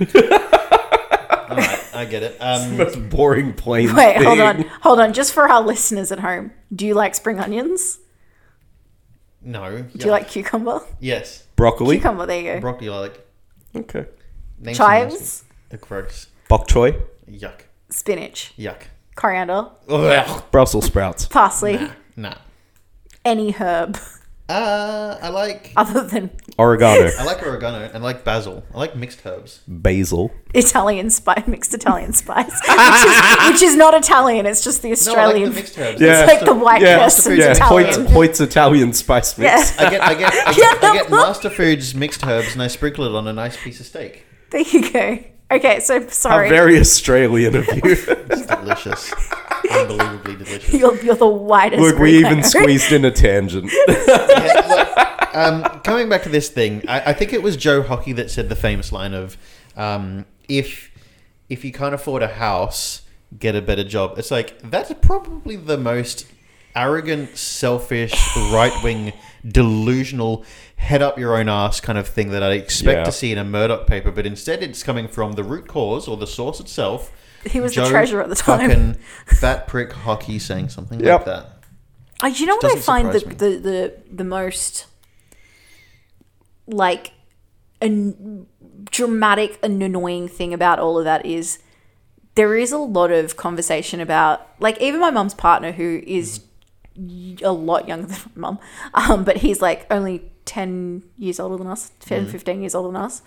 [SPEAKER 3] all right, I get it. Um,
[SPEAKER 6] Most boring plain.
[SPEAKER 4] Wait, hold
[SPEAKER 6] thing.
[SPEAKER 4] on. Hold on. Just for our listeners at home, do you like spring onions?
[SPEAKER 3] no.
[SPEAKER 4] Do you like cucumber?
[SPEAKER 3] Yes.
[SPEAKER 6] Broccoli.
[SPEAKER 4] Cucumber, there you go.
[SPEAKER 3] Broccoli. I like.
[SPEAKER 6] Okay.
[SPEAKER 3] Name some nasty-
[SPEAKER 4] Chives,
[SPEAKER 3] Gross.
[SPEAKER 6] Bok choy.
[SPEAKER 3] Yuck.
[SPEAKER 4] spinach,
[SPEAKER 3] Yuck.
[SPEAKER 4] coriander,
[SPEAKER 3] Ugh.
[SPEAKER 6] Brussels sprouts.
[SPEAKER 4] parsley,
[SPEAKER 3] Nah.
[SPEAKER 4] any herb
[SPEAKER 3] Uh, I like.
[SPEAKER 4] other than
[SPEAKER 6] Oregano.
[SPEAKER 3] I like oregano and I like basil. I like mixed herbs.
[SPEAKER 6] Basil.
[SPEAKER 4] Italian spice, mixed Italian spice, which, is, which is not Italian. It's just the
[SPEAKER 3] No, I like
[SPEAKER 4] Australian.
[SPEAKER 3] the mixed herbs.
[SPEAKER 6] Yeah.
[SPEAKER 4] it's like the white
[SPEAKER 6] Yeah.
[SPEAKER 4] person's
[SPEAKER 6] yeah. Hoyt's,
[SPEAKER 4] Italian.
[SPEAKER 6] Hoyt's Italian spice mix.
[SPEAKER 4] Yeah,
[SPEAKER 3] I get, I get, I get, I get Master Foods mixed herbs, and I sprinkle it on a nice piece of steak.
[SPEAKER 4] there you go. Okay, so
[SPEAKER 6] How
[SPEAKER 4] sorry,
[SPEAKER 6] very Australian of you.
[SPEAKER 3] It's delicious, unbelievably delicious.
[SPEAKER 4] you're, you're the whitest.
[SPEAKER 6] Look, we
[SPEAKER 4] Greek
[SPEAKER 6] even
[SPEAKER 4] I've
[SPEAKER 6] squeezed in a tangent.
[SPEAKER 3] Yeah, look, um, coming back to this thing, I, I think it was Joe Hockey that said the famous line of, um, "If if you can't afford a house, get a better job." It's like that's probably the most arrogant, selfish, right wing, delusional, head up your own ass kind of thing that I expect
[SPEAKER 6] Yeah.
[SPEAKER 3] to see in a Murdoch paper, but instead it's coming from the root cause or the source itself.
[SPEAKER 4] He was the treasurer at the time.
[SPEAKER 3] Fucking fat prick hockey saying something like
[SPEAKER 6] Yep.
[SPEAKER 3] that.
[SPEAKER 4] Uh, you know what I
[SPEAKER 3] Doesn't
[SPEAKER 4] find the,
[SPEAKER 3] surprise
[SPEAKER 4] the, the the most like an dramatic and annoying thing about all of that is there is a lot of conversation about like even my mum's partner who is
[SPEAKER 3] Mm-hmm.
[SPEAKER 4] a lot younger than my mum, um, but he's like only ten years older than us, 10,
[SPEAKER 3] Mm-hmm.
[SPEAKER 4] 15 years older than us.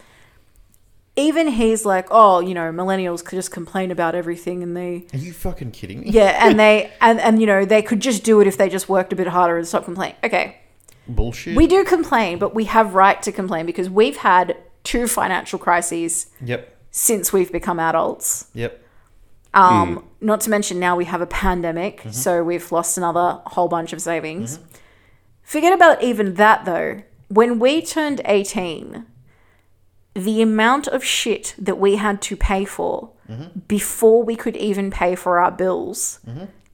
[SPEAKER 4] Even he's like, oh, you know, millennials could just complain about everything and they
[SPEAKER 3] Are you fucking kidding me?
[SPEAKER 4] yeah, and they and and you know they could just do it if they just worked a bit harder and stopped complaining. Okay,
[SPEAKER 3] Bullshit.
[SPEAKER 4] we do complain, but we have right to complain because we've had two financial crises
[SPEAKER 3] Yep.
[SPEAKER 4] since we've become adults.
[SPEAKER 3] Yep.
[SPEAKER 4] Um,
[SPEAKER 3] Mm.
[SPEAKER 4] Not to mention now we have a pandemic,
[SPEAKER 3] Mm-hmm.
[SPEAKER 4] so we've lost another whole bunch of savings. Forget about even that though. When we turned 18, the amount of shit that we had to pay for
[SPEAKER 3] Mm-hmm.
[SPEAKER 4] before we could even pay for our bills,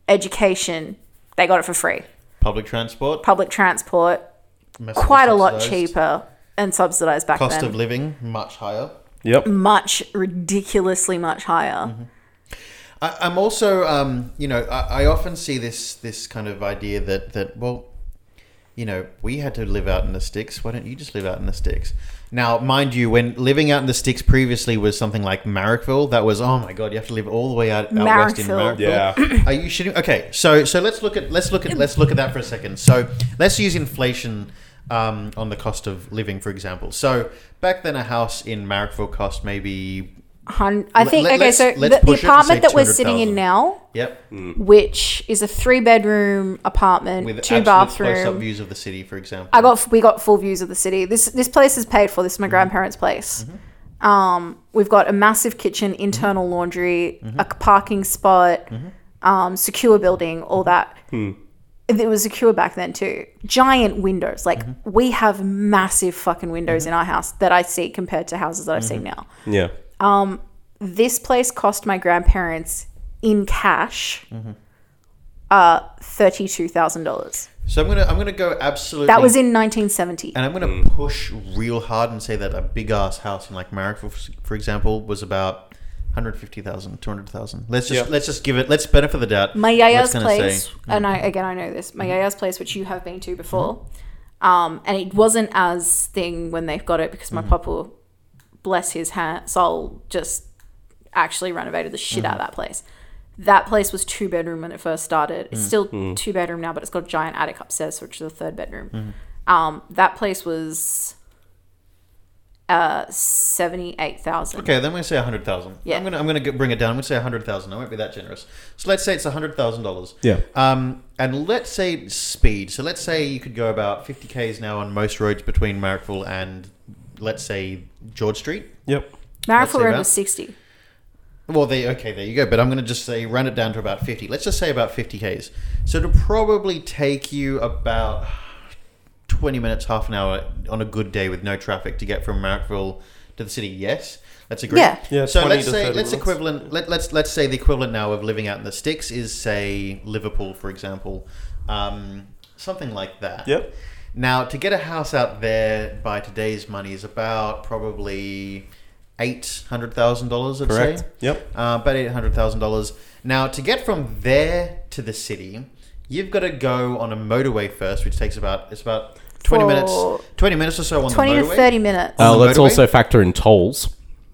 [SPEAKER 4] education, they got it for free.
[SPEAKER 3] Public transport.
[SPEAKER 4] Public transport,
[SPEAKER 3] massively
[SPEAKER 4] quite a lot
[SPEAKER 3] subsidised.
[SPEAKER 4] cheaper and subsidized back
[SPEAKER 3] Cost
[SPEAKER 4] then.
[SPEAKER 3] of living much higher.
[SPEAKER 6] Yep.
[SPEAKER 4] much, ridiculously much higher.
[SPEAKER 3] Mm-hmm. I, I'm also, um, you know, I, I often see this this kind of idea that that well, you know, we had to live out in the sticks. Why don't you just live out in the sticks? Now, mind you, when living out in the sticks previously was something like Marrickville, that was oh my god, you have to live all the way out, out west in
[SPEAKER 4] Marrickville.
[SPEAKER 3] Marrickville.
[SPEAKER 1] Yeah.
[SPEAKER 3] Are you shitting? Okay, so so let's look at let's look at let's look at that for a second. So let's use inflation um, on the cost of living, for example. So back then, a house in Marrickville cost maybe
[SPEAKER 4] Hun- I
[SPEAKER 3] Let-
[SPEAKER 4] think
[SPEAKER 3] let-
[SPEAKER 4] okay.
[SPEAKER 3] let's-
[SPEAKER 4] So
[SPEAKER 3] let's
[SPEAKER 4] the, the
[SPEAKER 3] push it to
[SPEAKER 4] apartment
[SPEAKER 3] say
[SPEAKER 4] that we're sitting
[SPEAKER 3] 200,000.
[SPEAKER 4] in now,
[SPEAKER 3] yep
[SPEAKER 4] which is a three bedroom apartment,
[SPEAKER 3] with
[SPEAKER 4] two
[SPEAKER 3] absolute close-up
[SPEAKER 4] bathroom.
[SPEAKER 3] views of the city, for example.
[SPEAKER 4] I got we got full views of the city. This this place is paid for. This
[SPEAKER 3] Mm-hmm.
[SPEAKER 4] is my grandparents' place. Um, we've got a massive kitchen,
[SPEAKER 3] Mm-hmm.
[SPEAKER 4] internal laundry, a c- parking spot,
[SPEAKER 3] Mm-hmm.
[SPEAKER 4] um, secure building, all that.
[SPEAKER 3] Hmm.
[SPEAKER 4] It was secure back then too. Giant windows. Like
[SPEAKER 3] Mm-hmm.
[SPEAKER 4] we have massive fucking windows in our house that I see compared to houses that I
[SPEAKER 3] Mm-hmm.
[SPEAKER 4] see now.
[SPEAKER 1] Yeah.
[SPEAKER 4] this place cost my grandparents in cash uh $32,000.
[SPEAKER 3] so I'm gonna I'm gonna go absolutely.
[SPEAKER 4] That was in 1970.
[SPEAKER 3] And I'm going to push real hard and say that a big ass house in like Marrickville, for- for example, was about 150,000, 200,000. Let's just
[SPEAKER 1] Yeah.
[SPEAKER 3] let's just give it. Let's benefit the doubt.
[SPEAKER 4] My
[SPEAKER 3] Let's
[SPEAKER 4] yaya's
[SPEAKER 3] gonna
[SPEAKER 4] place,
[SPEAKER 3] say- Mm-hmm.
[SPEAKER 4] and I again I know this. My yaya's place, which you have been to before, um, and it wasn't as thing when they got it because
[SPEAKER 3] Mm-hmm.
[SPEAKER 4] my papa, bless his hat, soul, just actually renovated the shit out
[SPEAKER 3] Mm-hmm.
[SPEAKER 4] of that place. That place was two bedroom when it first started.
[SPEAKER 3] Mm.
[SPEAKER 4] It's still
[SPEAKER 3] Mm-hmm.
[SPEAKER 4] two bedroom now, but it's got a giant attic upstairs, which is the third bedroom.
[SPEAKER 3] Mm-hmm.
[SPEAKER 4] Um, that place was uh, seventy eight thousand.
[SPEAKER 3] Okay, then I'm going to say 100,000.
[SPEAKER 4] Yeah.
[SPEAKER 3] I'm going to I'm going to bring it down. I'm going to say 100,000. I won't be that generous. So let's say it's $100,000.
[SPEAKER 1] Yeah.
[SPEAKER 3] Um, and let's say speed. So let's say you could go about 50 k's now on most roads between Marrickville and let's say George Street.
[SPEAKER 1] Yep.
[SPEAKER 6] Uh,
[SPEAKER 4] Marrickville
[SPEAKER 3] say
[SPEAKER 4] Road
[SPEAKER 3] that.
[SPEAKER 4] was sixty.
[SPEAKER 3] Well, they okay, there you go. But I'm going to just say round it down to about 50. Let's just say about 50 k's. So it'll probably take you about 20 minutes, half an hour on a good day with no traffic to get from Marrickville to the city. Yes, that's a great.
[SPEAKER 4] Yeah.
[SPEAKER 1] Yeah,
[SPEAKER 3] So
[SPEAKER 1] 20
[SPEAKER 3] let's
[SPEAKER 1] to
[SPEAKER 3] say
[SPEAKER 1] 30
[SPEAKER 3] let's
[SPEAKER 1] minutes.
[SPEAKER 3] equivalent. Let, let's let's say the equivalent now of living out in the sticks is say Liverpool, for example, um, something like that.
[SPEAKER 1] Yep.
[SPEAKER 3] Now, to get a house out there by today's money is about probably eight hundred thousand dollars. I'd
[SPEAKER 1] Correct.
[SPEAKER 3] say.
[SPEAKER 1] Yep.
[SPEAKER 3] Uh, about eight hundred thousand dollars. Now, to get from there to the city, you've got to go on a motorway first, which takes about it's about twenty
[SPEAKER 4] For-
[SPEAKER 3] minutes, twenty minutes or so on
[SPEAKER 4] Twenty
[SPEAKER 3] the
[SPEAKER 4] to
[SPEAKER 3] motorway.
[SPEAKER 4] thirty minutes.
[SPEAKER 1] Uh,
[SPEAKER 3] the
[SPEAKER 1] let's
[SPEAKER 3] motorway?
[SPEAKER 1] also factor in tolls.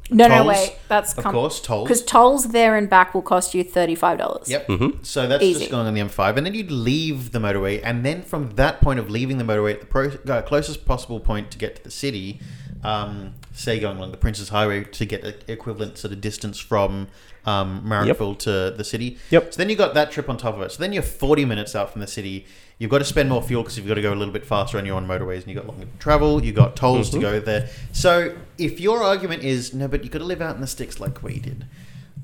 [SPEAKER 4] No, no,
[SPEAKER 3] Tolls,
[SPEAKER 4] wait. That's
[SPEAKER 3] of course, tolls.
[SPEAKER 4] Because tolls there and back will cost you thirty-five dollars.
[SPEAKER 3] Yep. So that's
[SPEAKER 4] Easy.
[SPEAKER 3] just going on the M5, and then you'd leave the motorway, and then from that point of leaving the motorway at the pro- uh, closest possible point to get to the city, um, say going along the Prince's Highway to get the equivalent sort of distance from um, Marrickville to the city.
[SPEAKER 1] Yep.
[SPEAKER 3] So then you got that trip on top of it. So then you're 40 minutes out from the city. You've got to spend more fuel because you've got to go a little bit faster, and you're on motorways, and you've got longer travel. You've got tolls to go there. So if your argument is no, but you've got to live out in the sticks like we did.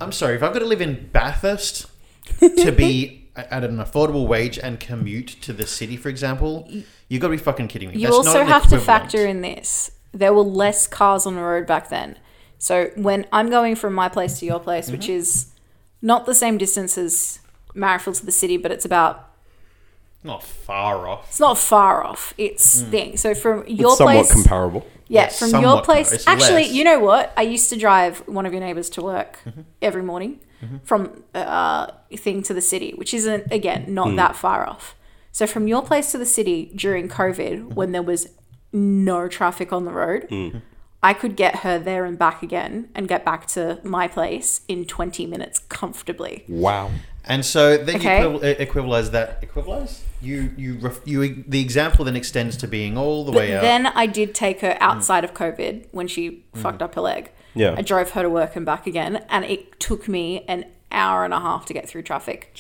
[SPEAKER 3] I'm sorry, if I've got to live in Bathurst to be a- at an affordable wage and commute to the city, for example, you've got to be fucking kidding me.
[SPEAKER 4] You
[SPEAKER 3] That's not
[SPEAKER 4] also
[SPEAKER 3] an
[SPEAKER 4] have to
[SPEAKER 3] equivalent.
[SPEAKER 4] factor in this. There were less cars on the road back then. So when I'm going from my place to your place, which
[SPEAKER 3] Mm-hmm.
[SPEAKER 4] is not the same distance as Marrickville to the city, but it's about
[SPEAKER 3] Not far off.
[SPEAKER 4] it's not far off. It's
[SPEAKER 3] Mm.
[SPEAKER 4] thing. So from your
[SPEAKER 1] It's somewhat
[SPEAKER 4] place,
[SPEAKER 1] comparable.
[SPEAKER 4] yeah,
[SPEAKER 3] It's
[SPEAKER 4] from your
[SPEAKER 3] somewhat
[SPEAKER 4] place.
[SPEAKER 3] comparable. It's
[SPEAKER 4] actually,
[SPEAKER 3] less. Mm-hmm.
[SPEAKER 4] you know what? I used to drive one of your neighbors to work every morning from uh thing to the city, which isn't again
[SPEAKER 3] Mm.
[SPEAKER 4] not that far off. So from your place to the city during COVID,
[SPEAKER 3] Mm-hmm.
[SPEAKER 4] when there was no traffic on the road,
[SPEAKER 3] Mm.
[SPEAKER 4] I could get her there and back again, and get back to my place in twenty minutes comfortably.
[SPEAKER 1] Wow.
[SPEAKER 3] And so then
[SPEAKER 4] Okay.
[SPEAKER 3] you equival- uh, equivalize that. Equivalize? You, you, ref- you, the example then extends to being all the
[SPEAKER 4] But
[SPEAKER 3] way out.
[SPEAKER 4] then I did take her outside of COVID when she fucked up her leg.
[SPEAKER 1] Yeah.
[SPEAKER 4] I drove her to work and back again, and it took me an hour and a half to get through traffic.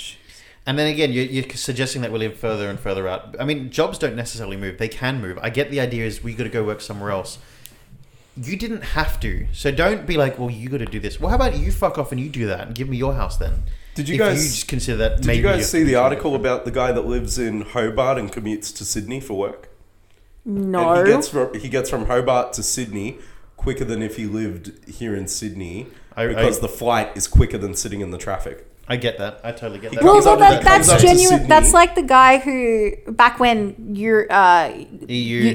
[SPEAKER 3] And then again, you're, you're suggesting that we live further and further out. I mean, jobs don't necessarily move; they can move. I get the idea is we got to go work somewhere else. You didn't have to, so don't be like, "Well, you got to do this." Well, how about you fuck off and you do that and give me your house then?
[SPEAKER 1] Did you
[SPEAKER 3] If
[SPEAKER 1] guys-
[SPEAKER 3] you just consider that?
[SPEAKER 1] Did
[SPEAKER 3] maybe
[SPEAKER 1] you guys
[SPEAKER 3] your
[SPEAKER 1] see the
[SPEAKER 3] future.
[SPEAKER 1] article about the guy that lives in Hobart and commutes to Sydney for work?
[SPEAKER 4] No.
[SPEAKER 1] And he gets from he gets from Hobart to Sydney quicker than if he lived here in Sydney
[SPEAKER 3] I-
[SPEAKER 1] because
[SPEAKER 3] I-
[SPEAKER 1] the flight is quicker than sitting in the traffic.
[SPEAKER 3] I get that. I totally get that.
[SPEAKER 4] well,
[SPEAKER 1] comes
[SPEAKER 4] well
[SPEAKER 1] up with
[SPEAKER 4] that,
[SPEAKER 1] that- comes up
[SPEAKER 4] that's
[SPEAKER 1] to
[SPEAKER 4] genuine.
[SPEAKER 1] Sydney.
[SPEAKER 4] That's like the guy who, back when your uh, EU,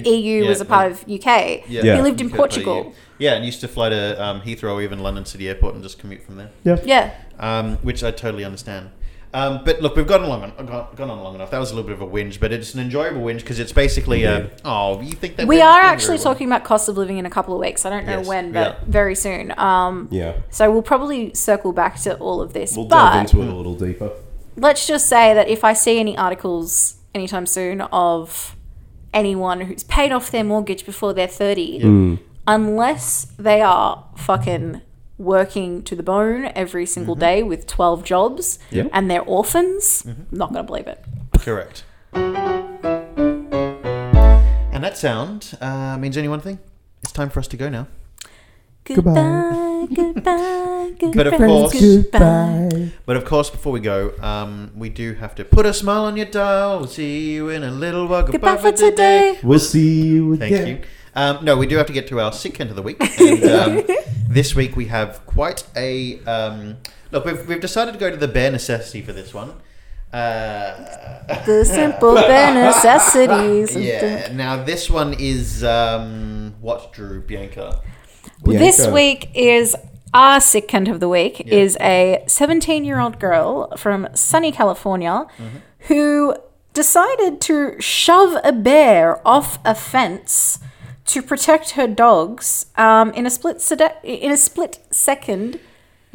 [SPEAKER 4] EU
[SPEAKER 3] E
[SPEAKER 4] was
[SPEAKER 3] yeah,
[SPEAKER 4] a part of UK,
[SPEAKER 1] Yeah.
[SPEAKER 4] he lived
[SPEAKER 3] You could play
[SPEAKER 4] in
[SPEAKER 3] you.
[SPEAKER 4] Portugal.
[SPEAKER 3] Yeah, and used to fly to um, Heathrow or even London City Airport and just commute from there.
[SPEAKER 4] Yeah.
[SPEAKER 3] um, which I totally understand. Um, but look, we've gone long, gone, gone on long enough. That was a little bit of a whinge, but it's an enjoyable whinge because it's basically a oh, you think that
[SPEAKER 4] We
[SPEAKER 3] didn't
[SPEAKER 4] are
[SPEAKER 3] do
[SPEAKER 4] actually
[SPEAKER 3] very well.
[SPEAKER 4] talking about cost of living in a couple of weeks. I don't know
[SPEAKER 3] Yes.
[SPEAKER 4] when, but
[SPEAKER 3] Yeah.
[SPEAKER 4] very soon. Um,
[SPEAKER 6] Yeah.
[SPEAKER 4] So we'll probably circle back to all of this.
[SPEAKER 6] We'll
[SPEAKER 4] but
[SPEAKER 6] delve into it a little deeper.
[SPEAKER 4] let's just say that if I see any articles anytime soon of anyone who's paid off their mortgage before they're 30, unless they are fucking working to the bone every single day with 12 jobs
[SPEAKER 6] Yeah.
[SPEAKER 4] and they're orphans, not going to believe it.
[SPEAKER 3] correct. And that sound uh, means only one thing. It's time for us to go now.
[SPEAKER 4] Goodbye, goodbye, goodbye,
[SPEAKER 3] But of course-
[SPEAKER 4] goodbye.
[SPEAKER 3] But of course, before we go, um, we do have to put a smile on your dial. We'll see you in a little while.
[SPEAKER 4] Goodbye for today.
[SPEAKER 6] We'll see you
[SPEAKER 3] Thank
[SPEAKER 6] again.
[SPEAKER 3] you. Um, no, we do have to get to our sick end of the week. And, um, this week we have quite a um, look. We've, we've decided to go to the bare necessity for this one. Uh,
[SPEAKER 4] The simple bare necessities.
[SPEAKER 3] yeah. Now this one is um, what drew Bianca.
[SPEAKER 6] Yeah,
[SPEAKER 4] this
[SPEAKER 6] go.
[SPEAKER 4] week is our sick cunt of the week
[SPEAKER 3] Yeah.
[SPEAKER 4] is a 17 year old girl from sunny california
[SPEAKER 3] Mm-hmm.
[SPEAKER 4] who decided to shove a bear off a fence to protect her dogs um, in a split sede- in a split second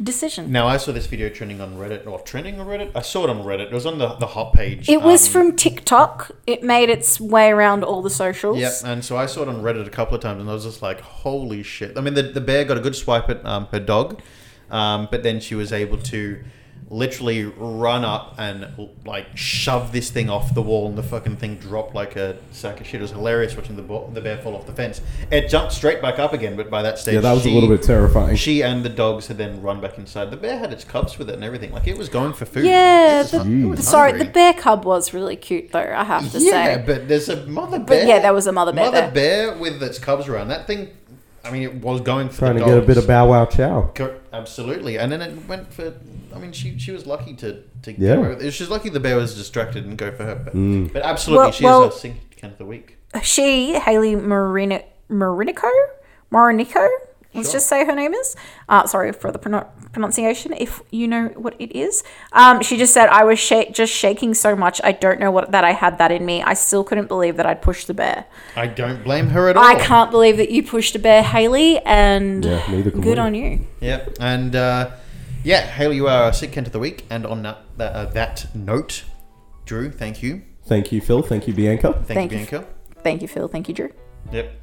[SPEAKER 4] decision
[SPEAKER 3] Now I saw this video trending on Reddit, or trending on Reddit. I saw it on Reddit. It was on the the hot page.
[SPEAKER 4] it was
[SPEAKER 3] um,
[SPEAKER 4] from tiktok it made its way around all the socials
[SPEAKER 3] Yep, and so I saw it on Reddit a couple of times, and I was just like, "Holy shit!" I mean, the, the bear got a good swipe at um, her dog, um, but then she was able to literally run up and like shove this thing off the wall, and the fucking thing dropped like a sack of shit. It was hilarious watching the bo- the bear fall off the fence. It jumped straight back up again, but by that stage,
[SPEAKER 6] Yeah, that was
[SPEAKER 3] she-
[SPEAKER 6] a little bit terrifying.
[SPEAKER 3] She and the dogs had then run back inside. The bear had its cubs with it and everything. Like it was going for food.
[SPEAKER 4] yeah
[SPEAKER 3] It was
[SPEAKER 4] the,
[SPEAKER 3] hun- it was
[SPEAKER 4] sorry the
[SPEAKER 3] hungry.
[SPEAKER 4] bear cub was really cute though i have to
[SPEAKER 3] Yeah,
[SPEAKER 4] say
[SPEAKER 3] but there's a mother bear.
[SPEAKER 4] yeah, there was a mother bear
[SPEAKER 3] Mother
[SPEAKER 4] there.
[SPEAKER 3] bear with its cubs around. That thing, I mean, it was going for
[SPEAKER 6] Trying
[SPEAKER 3] the
[SPEAKER 6] to get a bit of
[SPEAKER 3] dogs.
[SPEAKER 6] bow wow chow.
[SPEAKER 3] Cor- Absolutely, and then it went for. I mean, she she was lucky to to
[SPEAKER 6] Yeah. Mm.
[SPEAKER 3] get away with it. She's lucky the bear was distracted and go for her. But, but absolutely,
[SPEAKER 4] Well-
[SPEAKER 3] she's
[SPEAKER 4] well-
[SPEAKER 3] a sink kind of the week.
[SPEAKER 4] she, Haley Marina, Marinico, Marinico, let's just say her name is. Uh, sorry for the prono- pronunciation, if you know what it is. Um, she just said, I was shak just shaking so much, I don't know what that I had that in me. I still couldn't believe that I'd pushed the bear.
[SPEAKER 3] I don't blame her at all.
[SPEAKER 4] I can't believe that you pushed a bear, Haley, and
[SPEAKER 6] Yeah, neither can
[SPEAKER 4] good
[SPEAKER 6] we.
[SPEAKER 4] on you.
[SPEAKER 3] Yeah, and uh, yeah, Haley, you are a sick kind of the week. And on that that, uh, that note, Drew, thank you,
[SPEAKER 6] Thank you, Phil. Thank you, Bianca.
[SPEAKER 3] thank,
[SPEAKER 4] Thank
[SPEAKER 3] you,
[SPEAKER 4] you.
[SPEAKER 3] Bianca.
[SPEAKER 4] Thank you, Phil. Thank you, Drew.
[SPEAKER 3] Yep.